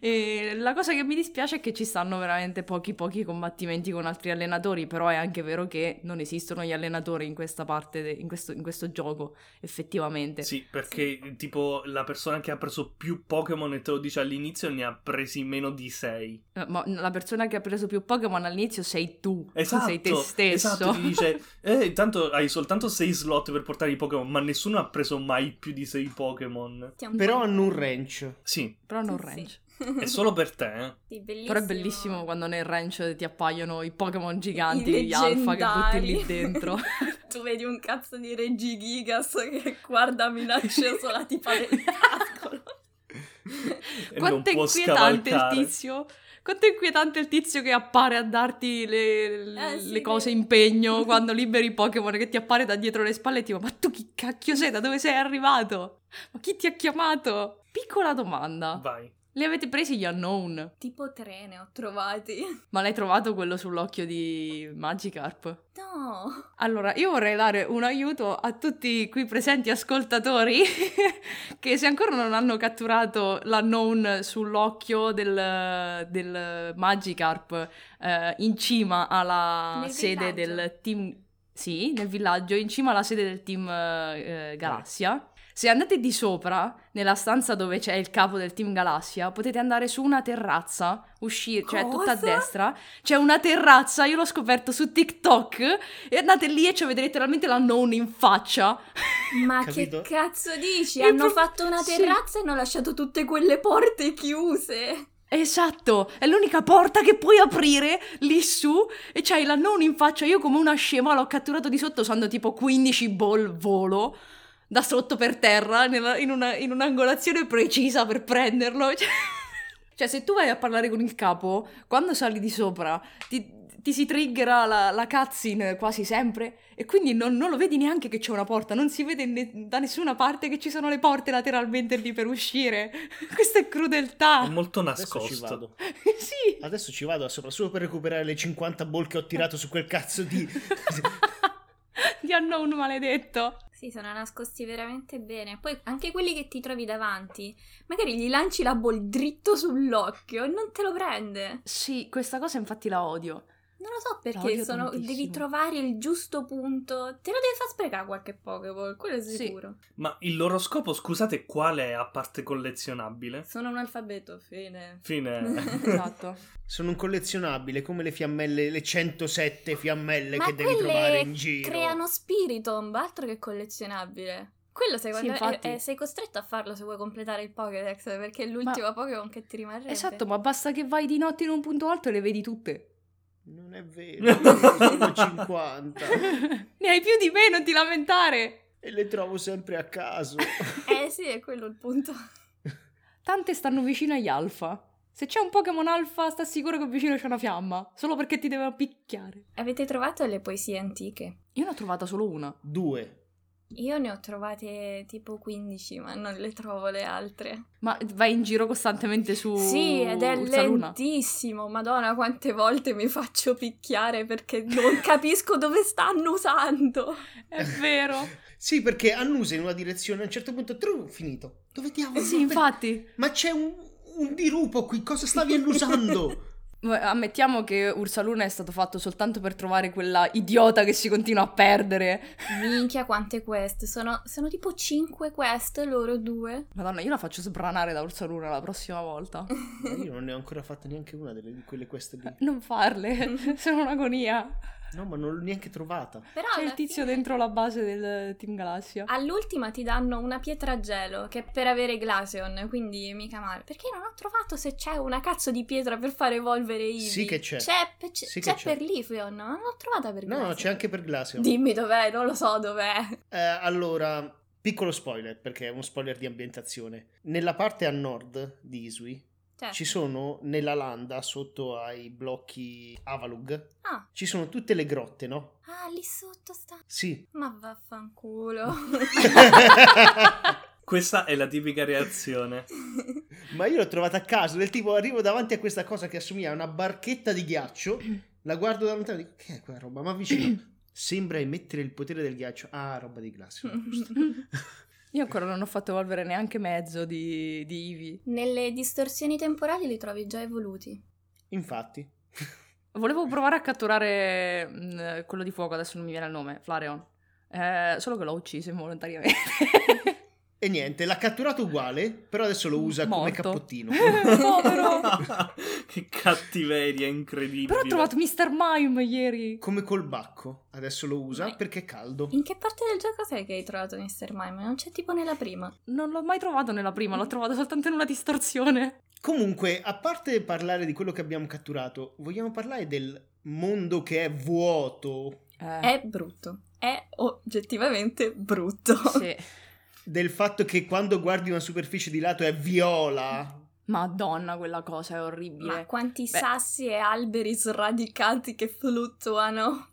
S1: E la cosa che mi dispiace è che ci stanno veramente pochi pochi combattimenti con altri allenatori, però è anche vero che non esistono gli allenatori in questa parte, de- in, questo, in questo gioco, effettivamente.
S2: Sì, perché tipo la persona che ha preso più Pokémon e te lo dice all'inizio ne ha presi meno di 6.
S1: Eh, Ma la persona che ha preso più Pokémon all'inizio sei tu,
S2: Esatto.
S1: sei te stesso.
S2: Esatto, ti dice, eh, tanto hai soltanto 6 slot per portare i Pokémon, ma nessuno ha preso mai più di 6 Pokémon.
S4: Sì, è un
S3: Però
S4: po'
S3: hanno un ranch.
S2: Sì,
S1: Però non
S4: Sì, sì.
S1: range.
S2: è solo per te, eh.
S4: sì, bellissimo.
S1: Però è bellissimo quando nel range ti appaiono i Pokémon giganti,
S4: I
S1: gli alfa che butti lì
S4: leggendari.
S1: dentro.
S4: tu vedi un cazzo di Reggie Gigas che guarda minaccioso la tipa del casco.
S2: E non
S1: Quanto è
S2: può
S1: inquietante il
S2: scavalcare.
S1: tizio. Quanto è inquietante il tizio che appare a darti le, le-
S4: Eh, sì,
S1: le cose
S4: vero.
S1: in pegno quando liberi i Pokémon che ti appare da dietro le spalle e ti fa ma tu chi cacchio sei? Da dove sei arrivato? Ma chi ti ha chiamato? Piccola domanda.
S2: Vai.
S1: Li avete presi gli unknown?
S4: tipo tre ne ho trovati.
S1: Ma l'hai trovato quello sull'occhio di Magikarp?
S4: No,
S1: Allora, io vorrei dare un aiuto a tutti qui presenti ascoltatori che se ancora non hanno catturato la known sull'occhio del, del Magikarp eh, in cima alla
S4: Nel
S1: sede
S4: villaggio.
S1: del team... Sì, nel villaggio, in cima alla sede del team eh, Galassia. Se andate di sopra, nella stanza dove c'è il capo del team Galassia, potete andare su una terrazza, uscire, cioè tutta a
S4: Cosa?
S1: destra, c'è una terrazza, io l'ho scoperto su TikTok, e andate lì e ci avete letteralmente la non in faccia.
S4: ma
S3: Capito?
S4: che cazzo dici?
S1: Il
S4: Hanno
S1: pro-
S4: fatto una
S1: sì.
S4: terrazza e hanno lasciato tutte quelle porte chiuse.
S1: Esatto, è l'unica porta che puoi aprire lì su e c'hai la non in faccia. Io come una scema l'ho catturato di sotto usando tipo 15 ball volo da sotto per terra nella- in, una- in un'angolazione precisa per prenderlo. Cioè, cioè, se tu vai a parlare con il capo, quando sali di sopra ti, ti si triggera la, la cutscene quasi sempre e quindi non, non lo vedi neanche che c'è una porta, non si vede ne- da nessuna parte che ci sono le porte lateralmente lì per uscire. Questa è crudeltà.
S2: È molto
S3: Adesso ci
S2: nascosto.
S3: vado.
S1: sì.
S3: Adesso ci vado a sopra solo per recuperare le 50 ball che ho tirato su quel cazzo di...
S1: Ti hanno un maledetto.
S4: Sì, sono nascosti veramente bene. Poi anche quelli che ti trovi davanti, magari gli lanci la bol dritto sull'occhio e non te lo prende.
S1: Sì, questa cosa infatti la odio.
S4: Non lo so
S1: La odio
S4: perché sono-
S1: tantissimo.
S4: devi trovare il giusto punto. Te lo devi far sprecare qualche Pokéball, quello è
S1: Sì.
S4: sicuro.
S2: Ma il loro scopo, scusate, qual è a parte collezionabile?
S4: Sono un alfabeto, fine.
S2: Fine.
S1: Esatto.
S3: Sono un collezionabile, come le fiammelle, le 107 fiammelle
S4: Ma
S3: che devi
S4: quelle
S3: trovare in giro.
S4: Creano Spiritomb, altro che collezionabile. Quello secondo
S1: Sì,
S4: me
S1: infatti.
S4: è- è- sei costretto a farlo se vuoi completare il Pokédex, perché è l'ultimo Pokémon che ti rimarrebbe.
S1: esatto, ma basta che vai di notte in un punto alto e le vedi tutte.
S3: Non è vero, ne sono 50
S1: ne hai più di me, non ti lamentare.
S3: e le trovo sempre a caso.
S4: Eh sì, è quello il punto.
S1: Tante stanno vicino agli alfa. Se c'è un Pokémon alfa, sta sicuro che vicino c'è una fiamma. Solo perché ti deve picchiare.
S4: Avete trovato le poesie antiche?
S1: Io ne ho trovata solo una.
S3: Due.
S4: Io ne ho trovate tipo 15, ma non le trovo le altre.
S1: Ma vai in giro costantemente su.
S4: Sì, ed è
S1: Urzaluna.
S4: lentissimo. Madonna, quante volte mi faccio picchiare perché non capisco dove stanno usando.
S1: È vero.
S3: Sì, perché annusa in una direzione, a un certo punto, tru, finito. Dove
S4: Eh
S3: diavolo?
S1: sì, infatti.
S3: Ma c'è un, un dirupo qui, cosa stavi annusando?
S1: Ammettiamo che Ursaluna è stato fatto soltanto per trovare quella idiota che si continua a perdere.
S4: Minchia, quante quest. Sono, sono tipo 5 quest, loro due.
S1: Madonna, io la faccio sbranare da Ursaluna la prossima volta.
S3: Ma Eh, io non ne ho ancora fatta neanche una delle- di quelle queste lì.
S1: Non farle, sono un'agonia.
S3: No, ma non l'ho neanche trovata.
S4: Però
S1: C'è
S4: Ah, alla
S1: il tizio
S4: fine- Ah.
S1: dentro la base del Team Galassia.
S4: All'ultima ti danno una pietra a gelo, che è per avere Glaceon, quindi mica male. Perché non ho trovato se c'è una cazzo di pietra per far evolvere Eevee.
S3: Sì che c'è.
S4: C'è, pe- c'è-
S3: Sì che
S4: c'è
S3: c'è.
S4: per Lifeon, ma non l'ho trovata per
S3: No, no,
S4: Glaceon.
S3: c'è anche per Glaceon.
S4: Dimmi dov'è, non lo so dov'è.
S3: Eh, allora, piccolo spoiler, perché è uno spoiler di ambientazione. Nella parte a nord di Isui
S4: Certo.
S3: Ci sono nella landa sotto ai blocchi Avalug,
S4: Ah,
S3: ci sono tutte le grotte, no?
S4: ah, lì sotto sta...
S3: Sì.
S4: Ma vaffanculo.
S2: Questa è la tipica reazione.
S3: Ma io l'ho trovata a caso, del tipo arrivo davanti a questa cosa che assomiglia a una barchetta di ghiaccio, la guardo da lontano e dico che è quella roba? Ma vicino sembra emettere il potere del ghiaccio. Ah, roba di classe.
S1: Io ancora non ho fatto evolvere neanche mezzo di, di Eevee.
S4: Nelle distorsioni temporali li trovi già evoluti.
S3: Infatti.
S1: Volevo provare a catturare mh, quello di fuoco, adesso non mi viene il nome, Flareon. Eh, solo che l'ho ucciso involontariamente.
S3: E niente, l'ha catturato uguale, però adesso lo usa come
S1: Morto.
S3: cappottino.
S1: Povero!
S2: che cattiveria incredibile.
S1: Però ho trovato Mr. Mime ieri.
S3: Come colbacco, adesso lo usa
S4: Ma-
S3: perché è caldo.
S4: In che parte del gioco sei che hai trovato Mr. Mime? Non c'è tipo nella prima.
S1: Non l'ho mai trovato nella prima, l'ho trovato soltanto in una distorsione.
S3: Comunque, a parte parlare di quello che abbiamo catturato, vogliamo parlare del mondo che è vuoto,
S1: Eh,
S4: È brutto. È oggettivamente brutto.
S1: sì.
S3: del fatto che quando guardi una superficie di lato è viola.
S1: Madonna, quella cosa è
S4: Ma
S1: orribile.
S4: quanti
S1: Beh.
S4: sassi e alberi sradicati che fluttuano.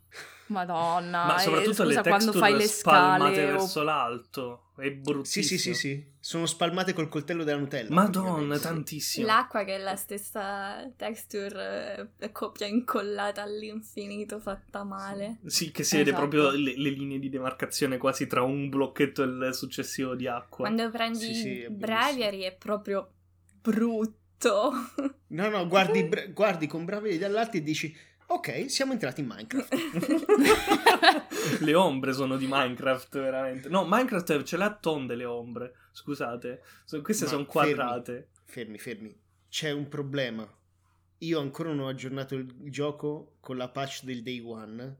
S1: Madonna.
S2: Ma
S1: e
S2: soprattutto
S1: eh, scusa,
S2: le
S1: quando fai
S2: texture
S1: le
S2: spalmate
S1: scale. o-
S2: verso l'alto. È
S3: Sì,
S2: bruttissimo.
S3: sì, sì, sì. Sono spalmate col coltello della Nutella.
S2: Madonna,
S3: praticamente.
S2: tantissimo.
S4: L'acqua che è la stessa texture, eh, coppia incollata all'infinito, fatta male.
S2: Sì, che si vede
S1: Esatto.
S2: proprio le, le linee di demarcazione quasi tra un blocchetto e il successivo di acqua.
S4: Quando prendi
S3: Sì, sì, è
S4: Braviary è proprio brutto.
S3: No, no, guardi, br- guardi con bravi dall'alto e dici, ok, siamo entrati in Minecraft.
S2: le ombre sono di Minecraft, veramente. No, Minecraft ce l'ha tonde le ombre. Scusate, So- queste
S3: Ma
S2: sono
S3: fermi.
S2: quadrate.
S3: fermi, fermi. C'è un problema. Io ancora non ho aggiornato il gioco con la patch del day one,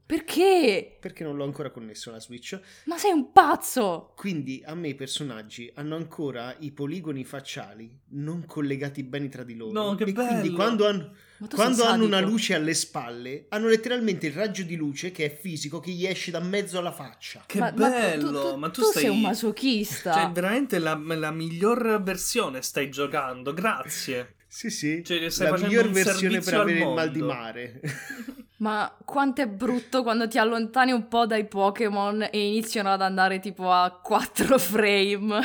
S1: Perché?
S3: perché non l'ho ancora connesso alla Switch.
S1: Ma sei un pazzo!
S3: Quindi a me i personaggi hanno ancora i poligoni facciali non collegati bene tra di loro.
S2: No, che
S3: e
S2: bello!
S3: Quindi quando hanno,
S1: Ma tu
S3: quando
S1: sei
S3: hanno una
S1: sadico.
S3: luce alle spalle, hanno letteralmente il raggio di luce che è fisico che gli esce da mezzo alla faccia.
S2: Che
S1: Ma- ma tu-
S2: bello! Ma tu, stai...
S1: sei un masochista.
S2: Cioè, veramente la, la miglior versione stai giocando, grazie.
S3: Sì, sì.
S2: Cioè, stai
S3: la
S2: facendo
S3: miglior
S2: un
S3: versione per
S2: servizio al
S3: avere il mal di
S2: mondo.
S3: mare.
S1: Ma quanto è brutto quando ti allontani un po' dai Pokémon e iniziano ad andare tipo a 4 frame.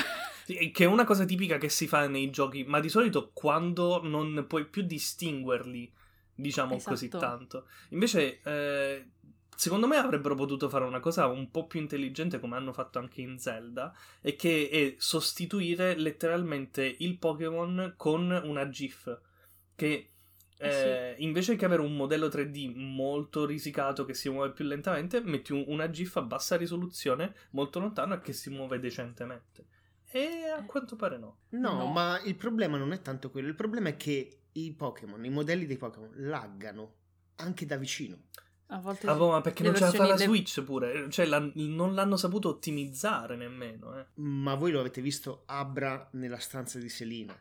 S2: Sì, Che è una cosa tipica che si fa nei giochi, ma di solito quando non puoi più distinguerli, diciamo
S1: Esatto.
S2: così tanto. Invece, eh, secondo me avrebbero potuto fare una cosa un po' più intelligente, come hanno fatto anche in Zelda, e che è sostituire letteralmente il Pokémon con una GIF. Che eh, invece che avere un modello 3D molto risicato che si muove più lentamente, metti un- una GIF a bassa risoluzione, molto lontano e che si muove decentemente. E
S1: Eh,
S2: a quanto pare no.
S3: No,
S1: No.
S3: ma il problema non è tanto quello. Il problema è che i Pokémon, i modelli dei Pokémon, laggano anche da vicino.
S1: A volte
S2: Ah, boh, ma perché
S1: Le
S2: non ce la fa la
S1: versioni- le-
S2: Switch pure? Cioè, la- non l'hanno saputo ottimizzare nemmeno. eh.
S3: Ma voi lo avete visto Abra nella stanza di Selina?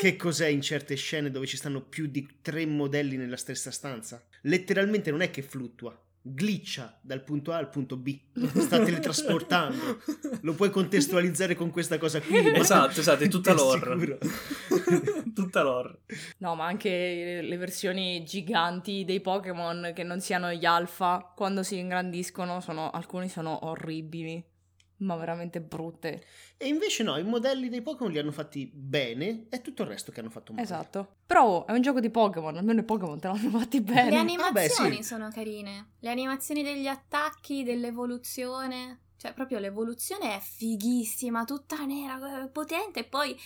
S3: Che cos'è in certe scene dove ci stanno più di tre modelli nella stessa stanza? Letteralmente non è che fluttua, glitcha dal punto A al punto B. Sta teletrasportando. Lo puoi contestualizzare con questa cosa qui. ma-
S2: Esatto, esatto, è tutta
S3: Ti
S2: lore.
S3: assicuro.
S2: tutta lore.
S1: No, ma anche le versioni giganti dei Pokémon che non siano gli alfa, quando si ingrandiscono, sono, alcuni sono orribili, ma veramente brutte.
S3: E invece no, i modelli dei Pokémon li hanno fatti bene, è tutto il resto che hanno fatto male.
S1: Esatto. Però oh, è un gioco di Pokémon, almeno i Pokémon te l'hanno fatti bene.
S2: Eh,
S4: Le
S3: Vabbè,
S4: animazioni
S3: sì.
S4: sono carine. Le animazioni degli attacchi, dell'evoluzione. Cioè, proprio l'evoluzione è fighissima, tutta nera, eh, potente, e poi.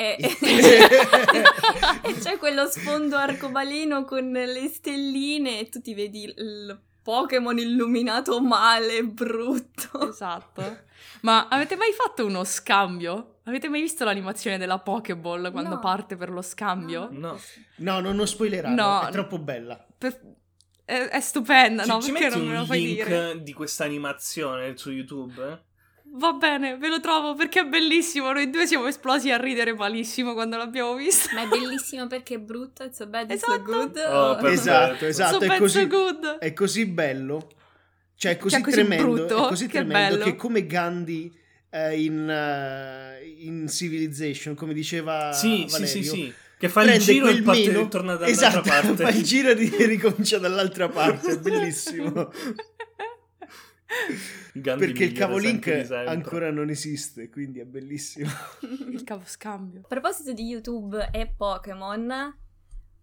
S4: tibiribiribiri, E... e c'è quello sfondo arcobaleno con le stelline e tu ti vedi il Pokémon illuminato male, brutto.
S1: Esatto. Ma avete mai fatto uno scambio? Avete mai visto l'animazione della Pokéball quando
S4: No.
S1: parte per lo scambio?
S2: No.
S3: No, no, non spoilerare,
S1: No.
S3: è troppo bella.
S1: Per- È, è stupenda,
S2: Ci-
S1: no?
S2: ci
S1: Perché
S2: metti
S1: non me lo
S2: un
S1: fai
S2: link
S1: dire?
S2: di questa animazione su YouTube? eh?
S1: Va bene, ve lo trovo perché è bellissimo. Noi due siamo esplosi a ridere malissimo quando l'abbiamo visto.
S4: Ma è bellissimo perché è brutto, it's so bad, it's so
S1: Esatto.
S4: good.
S2: Oh, per-
S3: Esatto, esatto,
S1: so
S3: è
S1: bad,
S3: così,
S1: so good.
S3: è così bello, cioè è così
S1: Cioè, così
S3: tremendo,
S1: brutto,
S3: è così
S1: che è
S3: tremendo
S1: bello.
S3: che come Gandhi eh, in, eh, in Civilization, come diceva
S2: sì, sì,
S3: Ah, Valerio.
S2: sì, sì. Che fa il
S3: Prende
S2: giro e
S3: quel
S2: parte-
S3: meno-
S2: torna dall'altra
S3: Esatto,
S2: parte.
S3: fa il giro e ri- ricomincia dall'altra parte, è bellissimo.
S2: Gandhi
S3: Perché il
S2: migliore
S3: cavo link
S2: esempio di sempre.
S3: ancora non esiste, quindi è bellissimo.
S1: Il cavoscambio.
S4: A proposito di YouTube e Pokémon,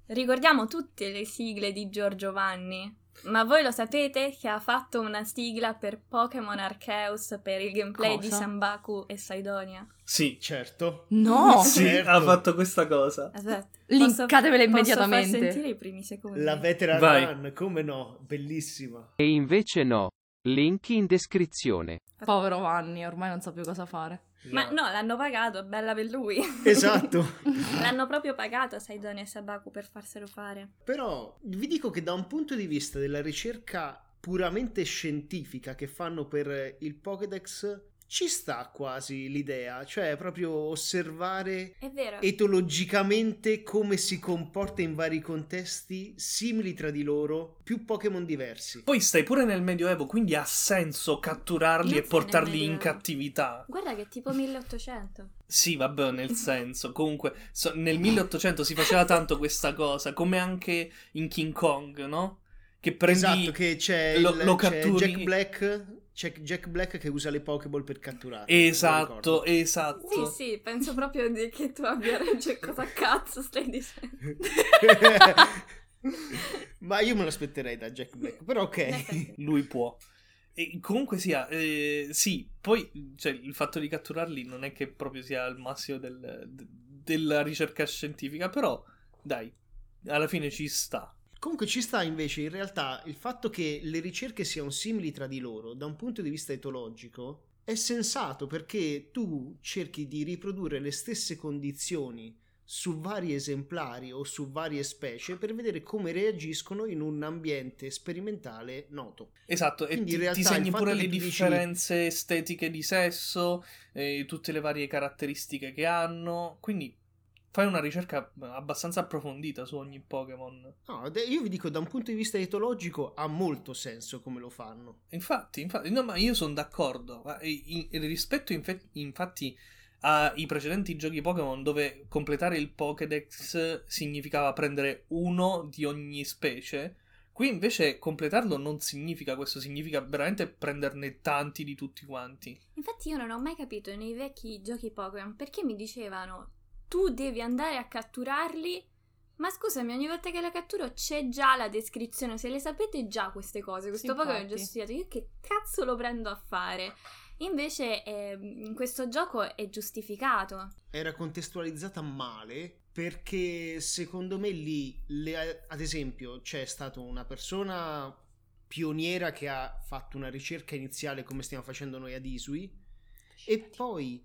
S4: ricordiamo tutte le sigle di Giorgio Vanni. Ma voi lo sapete che ha fatto una sigla per Pokémon Arceus per il gameplay di
S1: Cosa?
S4: Sambaku e Saidonia?
S2: Sì,
S3: Certo.
S1: No!
S2: sì,
S3: certo.
S2: ha fatto questa cosa.
S4: Aspetta,
S1: Linkatemela
S4: posso-
S1: Esatto. immediatamente.
S4: Posso far sentire i primi secondi?
S3: La veteran
S2: Vai.
S3: run, come no, bellissima.
S5: E invece no. Link in descrizione.
S1: Povero Vanni, ormai non sa più cosa fare.
S4: Ma
S2: Esatto.
S4: no, l'hanno pagato, bella per lui.
S3: Esatto.
S4: l'hanno proprio pagato a Saidonia e Sambaku per farselo fare.
S3: Però vi dico che da un punto di vista della ricerca puramente scientifica che fanno per eh, il Pokédex ci sta quasi l'idea, cioè proprio osservare
S4: È vero.
S3: etologicamente come si comporta in vari contesti simili tra di loro, più Pokémon diversi.
S2: Poi stai pure nel Medioevo, quindi ha senso catturarli
S4: Non
S2: e
S4: sei
S2: portarli
S4: nel
S2: in
S4: Medioevo.
S2: cattività.
S4: Guarda che è tipo 1800.
S2: Sì, vabbè, nel senso. Comunque, so- nel 1800 si faceva tanto questa cosa, come anche in King Kong, no? Che prendi...
S3: Esatto, che c'è,
S2: lo-
S3: il-
S2: lo
S3: c'è
S2: catturi-
S3: Jack Black, c'è Jack Black che usa le Pokéball per catturare.
S2: Esatto, esatto.
S4: Sì, sì, penso proprio di- che tu abbia ragione. Cosa cazzo stai dicendo?
S3: Ma io me l'aspetterei da Jack Black, però
S4: In
S3: ok.
S4: effetti.
S2: Lui può. E comunque sia, eh, sì, poi cioè, il fatto di catturarli non è che proprio sia al massimo del- de- della ricerca scientifica, però dai, alla fine ci sta.
S3: Comunque ci sta invece in realtà il fatto che le ricerche siano simili tra di loro da un punto di vista etologico è sensato perché tu cerchi di riprodurre le stesse condizioni su vari esemplari o su varie specie per vedere come reagiscono in un ambiente sperimentale noto.
S2: Esatto, e
S3: Quindi
S2: ti,
S3: in realtà
S2: ti segni
S3: il fatto
S2: pure
S3: che
S2: le
S3: tu dici-
S2: differenze estetiche di sesso, eh, tutte le varie caratteristiche che hanno, quindi fai una ricerca abbastanza approfondita su ogni Pokémon.
S3: No, ed è- io vi dico da un punto di vista etologico ha molto senso come lo fanno.
S2: Infatti, infatti, no, ma io sono d'accordo. ma, eh, in- rispetto infe- infatti ai precedenti giochi Pokémon dove completare il Pokédex significava prendere uno di ogni specie, qui invece completarlo non significa questo, significa veramente prenderne tanti di tutti quanti.
S4: Infatti io non ho mai capito nei vecchi giochi Pokémon perché mi dicevano tu devi andare a catturarli. Ma scusami, ogni volta che la catturo c'è già la descrizione, se le sapete già queste cose, questo Pokémon è già
S1: infatti.
S4: studiato, io che cazzo lo prendo a fare? Invece eh, in questo gioco è giustificato.
S3: era contestualizzata male perché secondo me lì, le- ad esempio, c'è stata una persona pioniera che ha fatto una ricerca iniziale come stiamo facendo noi ad Isui e poi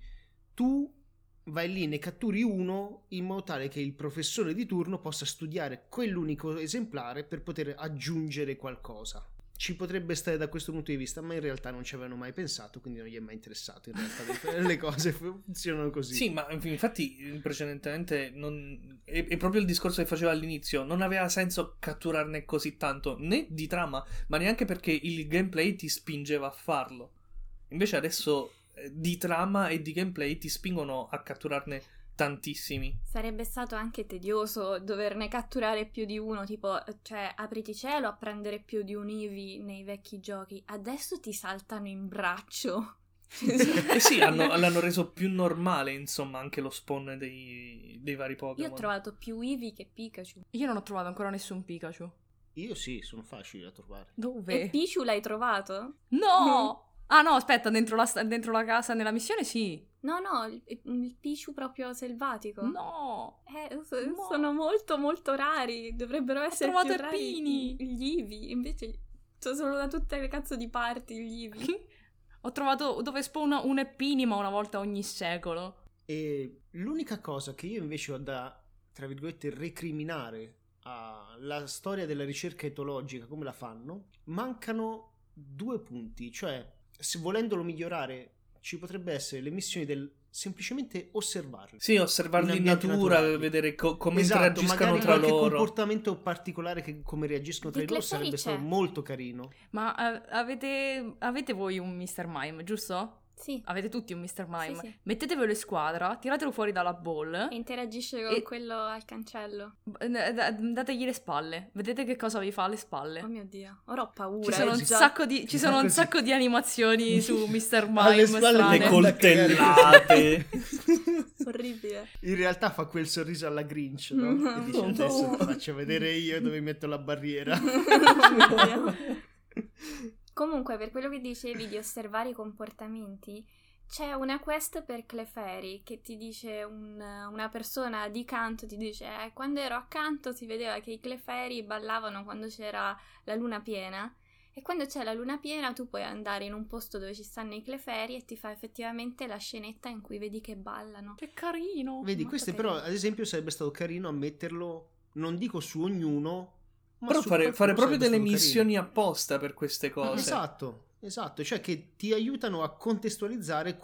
S3: tu vai lì ne catturi uno in modo tale che il professore di turno possa studiare quell'unico esemplare per poter aggiungere qualcosa. Ci potrebbe stare da questo punto di vista, ma in realtà non ci avevano mai pensato, quindi non gli è mai interessato. In realtà le cose funzionano così.
S2: Sì, ma inf- infatti eh, precedentemente non- è, è proprio il discorso che facevo all'inizio, non aveva senso catturarne così tanto, né di trama, ma neanche perché il gameplay ti spingeva a farlo. Invece adesso eh, di trama e di gameplay ti spingono a catturarne tantissimi.
S4: Sarebbe stato anche tedioso doverne catturare più di uno, tipo, cioè, apriti cielo a prendere più di un Eevee nei vecchi giochi. Adesso ti saltano in braccio.
S3: Eh
S2: E Eh sì, hanno- l'hanno reso più normale, insomma, anche lo spawn dei, dei vari
S4: Io
S2: Pokémon.
S4: ho trovato più Eevee che Pikachu.
S1: Io non ho trovato ancora nessun Pikachu.
S3: Io sì, sono facili da trovare.
S4: E
S1: Dove?
S4: Pichu l'hai trovato?
S1: no! Ah no, aspetta, dentro la, sta- dentro la casa nella missione sì.
S4: No, no, il, il Pichu proprio selvatico.
S1: No!
S4: Eh, so-
S1: No.
S4: sono molto molto rari, dovrebbero essere
S1: trovato
S4: più
S1: il
S4: rari
S1: Pini.
S4: gli- gli Eevee, invece sono solo da tutte le cazzo di parti gli Eevee.
S1: ho trovato dove spawna un epinima una volta ogni secolo.
S3: E l'unica cosa che io invece ho da, tra virgolette, recriminare alla storia della ricerca etologica, come la fanno, mancano due punti. Cioè, se volendolo migliorare, ci potrebbe essere le missioni del semplicemente osservarlo.
S2: Sì, osservarli
S3: In
S2: in
S3: ambienti
S2: natura,
S3: naturali.
S2: vedere co- come
S3: esatto,
S2: interagiscono
S3: magari
S2: tra
S3: qualche
S2: loro.
S3: comportamento particolare che come reagiscono tra
S4: Di
S3: di loro
S4: Clefairy
S3: sarebbe stato
S4: c'è.
S3: molto carino.
S1: Ma eh, avete, avete voi un Mr. Mime, giusto?
S4: Sì.
S1: Avete tutti un Mr. Mime.
S4: Sì, sì.
S1: Mettetevelo in squadra, tiratelo fuori dalla ball,
S4: E interagisce con
S1: E-
S4: quello al cancello.
S1: b- n- d- dategli le spalle. Vedete che cosa vi fa alle spalle.
S4: Oh mio dio, ora ho paura.
S1: Ci sono,
S4: eh,
S1: un
S4: già.
S1: sacco di, ci sono un
S3: Così.
S1: sacco di animazioni su Mr.
S3: Alle
S1: Mime.
S3: spalle
S1: strane.
S2: Le coltellate.
S4: Orribile.
S3: In realtà fa quel sorriso alla Grinch, no? E dice
S1: No.
S3: adesso ti faccio vedere io dove metto la barriera.
S4: Comunque, per quello che dicevi di osservare i comportamenti, c'è una quest per Clefairy che ti dice un- una persona di canto, ti dice "Eh, quando ero accanto si vedeva che i Clefairy ballavano quando c'era la luna piena e quando c'è la luna piena tu puoi andare in un posto dove ci stanno i Clefairy e ti fa effettivamente la scenetta in cui vedi che ballano.
S1: Che carino.
S3: Vedi,
S4: Molto
S3: questo
S4: carino.
S3: però, ad esempio, sarebbe stato carino a metterlo, non dico su ognuno, ma
S2: Però
S3: su
S2: fare,
S3: qualcuno
S2: fare proprio
S3: sarebbe
S2: delle
S3: stato carino.
S2: missioni apposta per queste cose.
S3: Esatto, esatto, cioè che ti aiutano a contestualizzare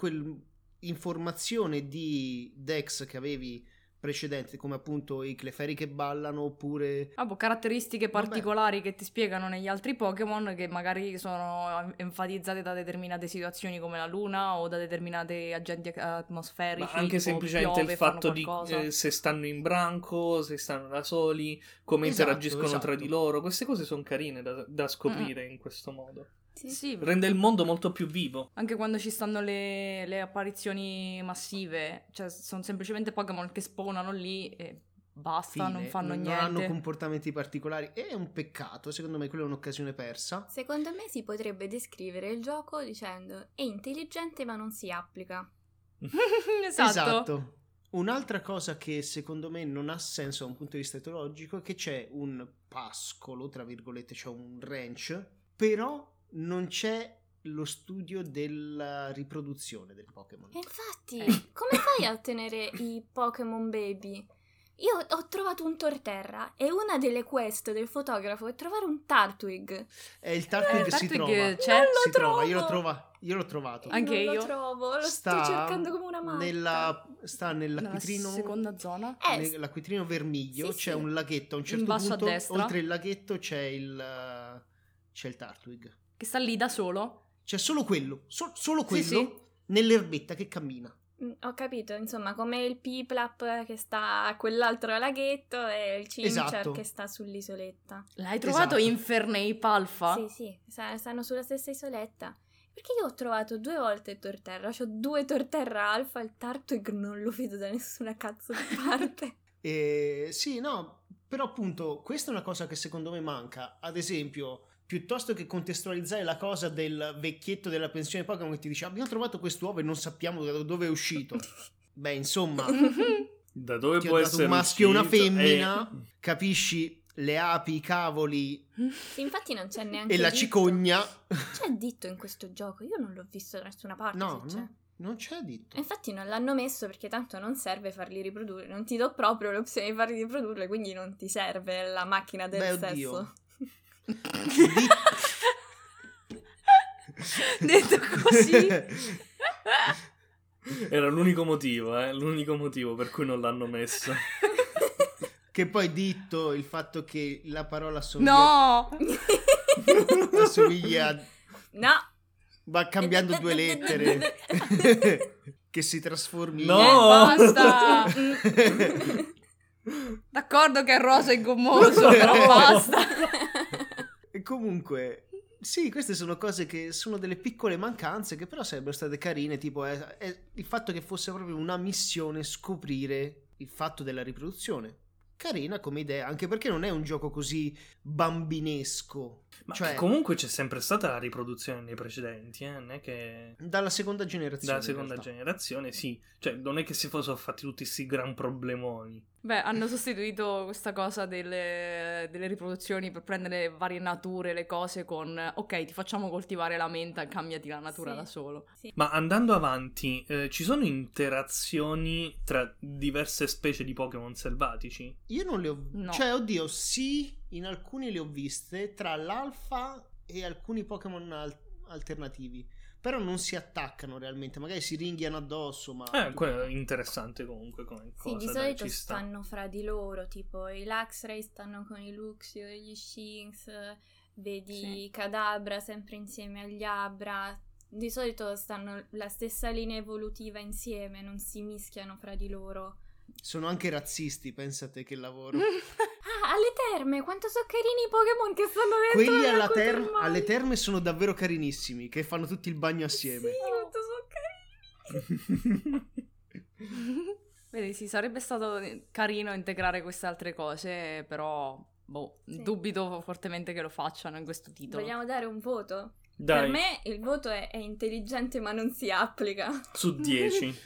S3: quell'informazione di Dex che avevi precedente, come appunto i cleferi che ballano oppure...
S1: Ah, boh, caratteristiche
S3: Vabbè.
S1: particolari che ti spiegano negli altri Pokémon che magari sono enfatizzate da determinate situazioni come la luna o da determinati agenti atmosferici.
S2: Ma anche
S1: tipo
S2: semplicemente
S1: piove,
S2: il
S1: fanno
S2: fatto di
S1: qualcosa.
S2: eh, se stanno in branco, se stanno da soli, come
S3: Esatto,
S2: interagiscono tra
S3: esatto.
S2: di loro. Queste cose sono carine da, da scoprire
S3: Mm.
S2: in questo modo.
S1: Sì,
S2: Rende il mondo molto più vivo.
S1: anche quando ci stanno le, le apparizioni massive, cioè sono semplicemente Pokémon che spawnano lì e basta, non
S3: fine,
S1: fanno
S3: non
S1: niente.
S3: hanno comportamenti particolari e è un peccato, secondo me quella è un'occasione persa.
S4: Secondo me si potrebbe descrivere il gioco dicendo è intelligente ma non si applica.
S1: esatto.
S3: Un'altra cosa che secondo me non ha senso da un punto di vista etologico è che c'è un pascolo, tra virgolette, c'è un ranch, però non c'è lo studio della riproduzione del Pokémon.
S4: E infatti,
S1: Eh.
S4: come fai a ottenere i Pokémon Baby? Io ho trovato un Torterra e una delle quest del fotografo è trovare un Tartwig.
S3: È il Tartwig
S1: Eh,
S3: si
S1: Tartwig
S3: trova.
S1: c'è? Non
S4: lo
S3: Eh, certo, si trova, io l'ho,
S4: trovo.
S3: trova- io l'ho trovato.
S1: Ah, Anche io.
S4: non lo trovo, lo
S3: Sta
S4: sto cercando come una mano.
S3: Nella, sta
S1: Nella
S3: nell'acquitrino,
S1: seconda zona.
S4: Eh,
S3: nel- l'acquitrino vermiglio
S4: Sì,
S3: c'è
S4: sì.
S3: un laghetto. A un
S1: In
S3: certo
S1: basso a
S3: punto,
S1: destra.
S3: oltre il laghetto, c'è il, c'è il Tartwig.
S1: che sta lì da solo.
S3: C'è solo quello, so- solo quello
S1: Sì, sì.
S3: nell'erbetta che cammina.
S4: Mm, Ho capito, insomma, come il Piplap che sta a quell'altro laghetto e il Chimchar
S3: Esatto.
S4: che sta sull'isoletta.
S1: L'hai trovato
S3: Esatto.
S1: in Fernape Alpha?
S4: Sì, sì, sa- stanno sulla stessa isoletta. Perché io ho trovato due volte il Torterra, ho due Torterra alfa, il Tartwig non lo vedo da nessuna cazzo di parte.
S3: Eh, sì, no, però appunto questa è una cosa che secondo me manca. Ad esempio, piuttosto che contestualizzare la cosa del vecchietto della pensione Pokémon che ti dice abbiamo trovato quest'uovo e non sappiamo da dove è uscito. Beh, insomma,
S2: Da dove
S3: ti ho dato un maschio e una
S2: eh.
S3: femmina, capisci? Le api, i cavoli
S4: Sì, infatti non c'è neanche
S3: e la
S4: Ditto.
S3: cicogna.
S4: C'è Ditto in questo gioco? Io non l'ho visto da nessuna parte.
S3: No,
S4: se c'è.
S3: no, non c'è
S4: E
S3: ditto.
S4: Infatti non l'hanno messo perché tanto non serve farli riprodurre, non ti do proprio l'opzione di farli riprodurre, quindi non ti serve la macchina
S3: Beh,
S4: del sesso.
S3: oddio.
S1: Detto così.
S2: Eh, Era l'unico motivo, eh, l'unico motivo per cui non l'hanno messo.
S3: Che poi ditto il fatto che la parola somiglia,
S1: no! Eh,
S3: assomiglia a-
S4: No!
S3: va cambiando due lettere che si trasformi in-
S2: No!
S1: basta! Eh, mm. D'accordo che è rosa e gommoso, però basta.
S3: E comunque sì, queste sono cose che sono delle piccole mancanze che però sarebbero state carine, tipo eh, eh, il fatto che fosse proprio una missione scoprire il fatto della riproduzione. Carina come idea, anche perché non è un gioco così bambinesco.
S2: Ma
S3: Cioè-
S2: comunque c'è sempre stata la riproduzione nei precedenti, eh, non è che...
S3: Dalla seconda generazione.
S2: Dalla
S3: in
S2: seconda
S3: realtà.
S2: generazione, sì. Cioè, non è che si fossero fatti tutti questi gran problemoni.
S1: Beh, hanno sostituito questa cosa delle, delle riproduzioni per prendere varie nature, le cose con... Ok, ti facciamo coltivare la menta, cambiati la natura
S4: Sì.
S1: da solo.
S2: Ma andando avanti, eh, ci sono interazioni tra diverse specie di Pokémon selvatici?
S3: Io non le ho...
S1: No.
S3: Cioè, oddio, sì, in alcuni le ho viste, tra l'alfa e alcuni Pokémon al- alternativi. Però non si attaccano realmente, magari si ringhiano addosso, ma...
S2: Eh, quello è interessante comunque come
S4: Ah. Sì,
S2: cosa.
S4: di
S2: dai,
S4: solito
S2: ci sta.
S4: stanno fra di loro, tipo i Luxray stanno con i Luxio, gli Shinx, vedi
S1: Sì.
S4: Cadabra sempre insieme agli Abra, di solito stanno la stessa linea evolutiva insieme, non si mischiano fra di loro.
S3: Sono anche razzisti, pensate che lavoro.
S4: Ah, alle terme, quanto sono carini i Pokémon che stanno dentro
S3: Quelli
S4: nella
S3: alla
S4: acqua
S3: ter-
S4: termale.
S3: alle terme sono davvero carinissimi, che fanno tutti il bagno assieme.
S4: Sì, quanto sono carini.
S1: Vedi, sì, sarebbe stato carino integrare queste altre cose, però boh,
S4: Sì.
S1: dubito fortemente che lo facciano in questo titolo.
S4: Vogliamo dare un voto?
S2: Dai,
S4: Per me il voto è, è intelligente ma non si applica.
S2: su 10.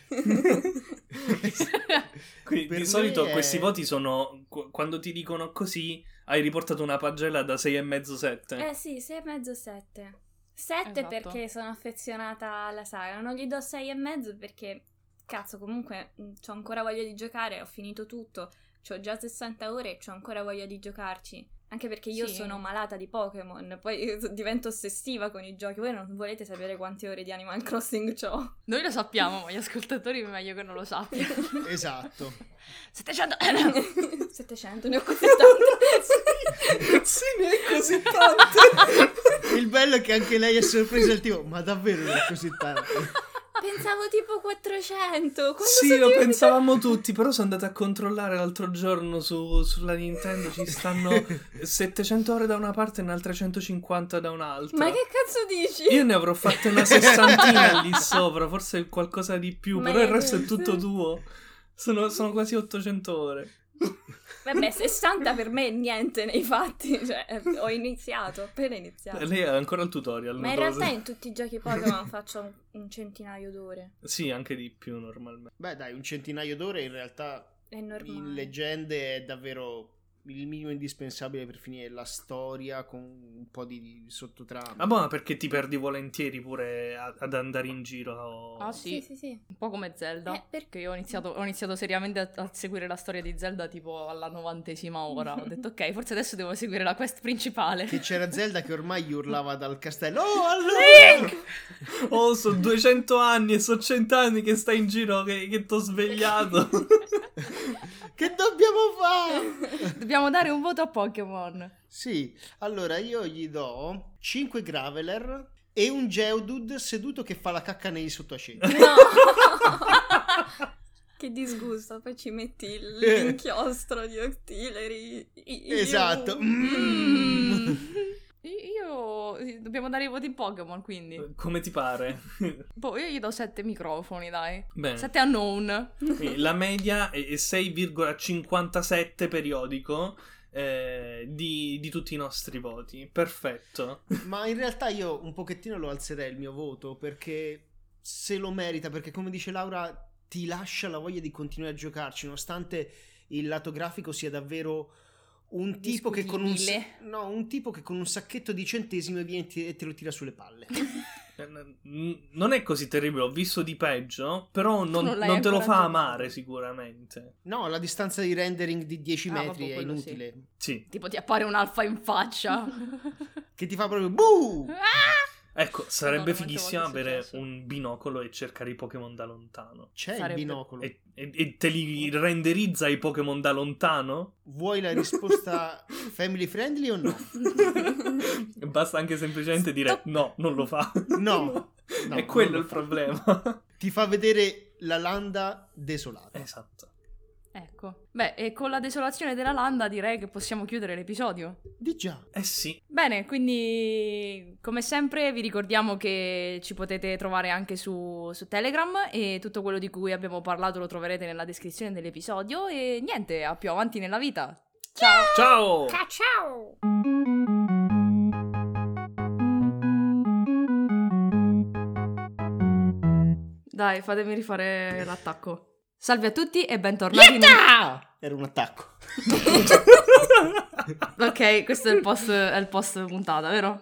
S2: Qui,
S3: Per
S2: di solito
S3: me è-
S2: questi voti sono qu- quando ti dicono così hai riportato una pagella da 6,5 7.
S4: Eh sì, 6 e mezzo, 7. 7
S1: Esatto.
S4: perché sono affezionata alla saga, non gli do 6 e mezzo perché, cazzo, comunque ho ancora voglia di giocare, ho finito tutto, ho già 60 ore e ho ancora voglia di giocarci. Anche perché io
S1: Sì.
S4: sono malata di Pokémon, poi divento ossessiva con i giochi, voi non volete sapere quante ore di Animal Crossing ho.
S1: Noi lo sappiamo, ma gli ascoltatori è meglio che non lo sappiano.
S3: esatto.
S1: 700...
S4: 700, ne ho così tante.
S2: sì, ne è così tante.
S3: Il bello è che anche lei è sorpresa al tipo, ma davvero non è così tanto?
S4: Pensavo tipo 400. Quando
S2: sì,
S4: sono
S2: lo
S4: diventate-
S2: pensavamo tutti, però sono andata a controllare l'altro giorno su- sulla Nintendo, ci stanno 700 ore da una parte e ne altre 150 da un'altra.
S4: Ma che cazzo dici?
S2: Io ne avrò fatte una sessantina lì sopra, forse qualcosa di più,
S4: Ma
S2: però il
S4: io
S2: resto è
S4: penso-
S2: tutto tuo. Sono, sono quasi 800 ore.
S4: Vabbè, 60 per me è niente nei fatti, cioè eh, ho iniziato, ho appena iniziato.
S2: Eh, Lei ha ancora il tutorial.
S4: Ma
S2: non
S4: in
S2: lo
S4: realtà
S2: so.
S4: in tutti i giochi Pokémon faccio un, un centinaio d'ore,
S2: Sì, anche di più normalmente.
S3: Beh dai, un centinaio d'ore in realtà
S4: è normale.
S3: in leggende è davvero il minimo indispensabile per finire la storia con un po' di sottotrama.
S2: Ah, boh, ma perché ti perdi volentieri pure a- ad andare in giro.
S1: Ah,
S4: Sì,
S1: sì,
S4: sì, sì.
S1: un po' come Zelda.
S4: Eh, perché-
S1: Che io ho iniziato, ho iniziato seriamente a, a seguire la storia di Zelda tipo alla novantesima ora. Ho detto, ok, forse adesso devo seguire la quest principale.
S3: Che c'era Zelda che ormai urlava dal castello. Oh, allora!
S2: Oh, sono 200 anni e sono 100 anni che stai in giro, che, che t'ho svegliato.
S3: Che dobbiamo fare?
S1: Dobbiamo dare un voto a Pokémon.
S3: Sì, allora io gli do 5 Graveler e un Geodude seduto che fa la cacca nei sottoascenti.
S4: No! che disgusto, poi ci metti il-
S3: Eh.
S4: l'inchiostro di Octillery. i- io-
S3: Esatto.
S1: Mm.
S3: Mm.
S1: Io dobbiamo dare i voti in Pokémon, quindi.
S3: Eh.
S2: Come ti pare?
S1: Boh, io gli do 7 microfoni, dai.
S3: Eh.
S2: Bene.
S1: 7 unknown.
S2: Quindi La media è è 6,57 periodico eh, di, di tutti i nostri voti. Perfetto.
S3: Ma in realtà io un pochettino lo alzerei il mio voto perché se lo merita, perché come dice Laura ti lascia la voglia di continuare a giocarci nonostante il lato grafico sia davvero un tipo che con un,
S1: Discutibile.
S3: no, un tipo che con un sacchetto di centesimi viene e ti- e te lo tira sulle palle.
S2: Eh, n- Non è così terribile, ho visto di peggio, però non,
S1: non l'hai
S2: non te
S1: ancora
S2: lo fa
S1: giocato.
S2: amare sicuramente.
S3: No, la distanza di rendering di 10
S1: Ah,
S3: metri
S1: vabbè,
S3: è
S1: quello sì.
S3: inutile.
S2: Sì.
S1: Tipo ti appare un alfa in faccia.
S3: Che ti fa proprio buh!
S1: Ah!
S2: Ecco, sarebbe
S1: Madonna, quante
S2: fighissimo
S1: volte è
S2: avere
S1: successo.
S2: un binocolo e cercare i Pokémon da lontano.
S3: C'è
S1: Sarebbe-
S3: il binocolo.
S2: Esatto. E, e- e te li renderizza i Pokémon da lontano?
S3: Vuoi la risposta family friendly o no?
S2: Basta anche semplicemente dire no, non lo fa.
S3: No, no,
S2: è quello
S3: non lo
S2: il
S3: fa.
S2: problema.
S3: Ti fa vedere la landa desolata.
S2: esatto.
S1: Ecco. Beh, e con la desolazione della landa direi che possiamo chiudere l'episodio.
S3: Di già.
S2: Eh sì,
S1: Bene, quindi come sempre vi ricordiamo che ci potete trovare anche su, su Telegram e tutto quello di cui abbiamo parlato lo troverete nella descrizione dell'episodio e niente, a più avanti nella vita. Ciao!
S2: ciao!
S4: Ciao!
S1: Dai, fatemi rifare l'attacco. Salve a tutti e bentornati. in-
S3: Ah! Era un attacco.
S1: Ok, questo è il post, è il post puntata, vero?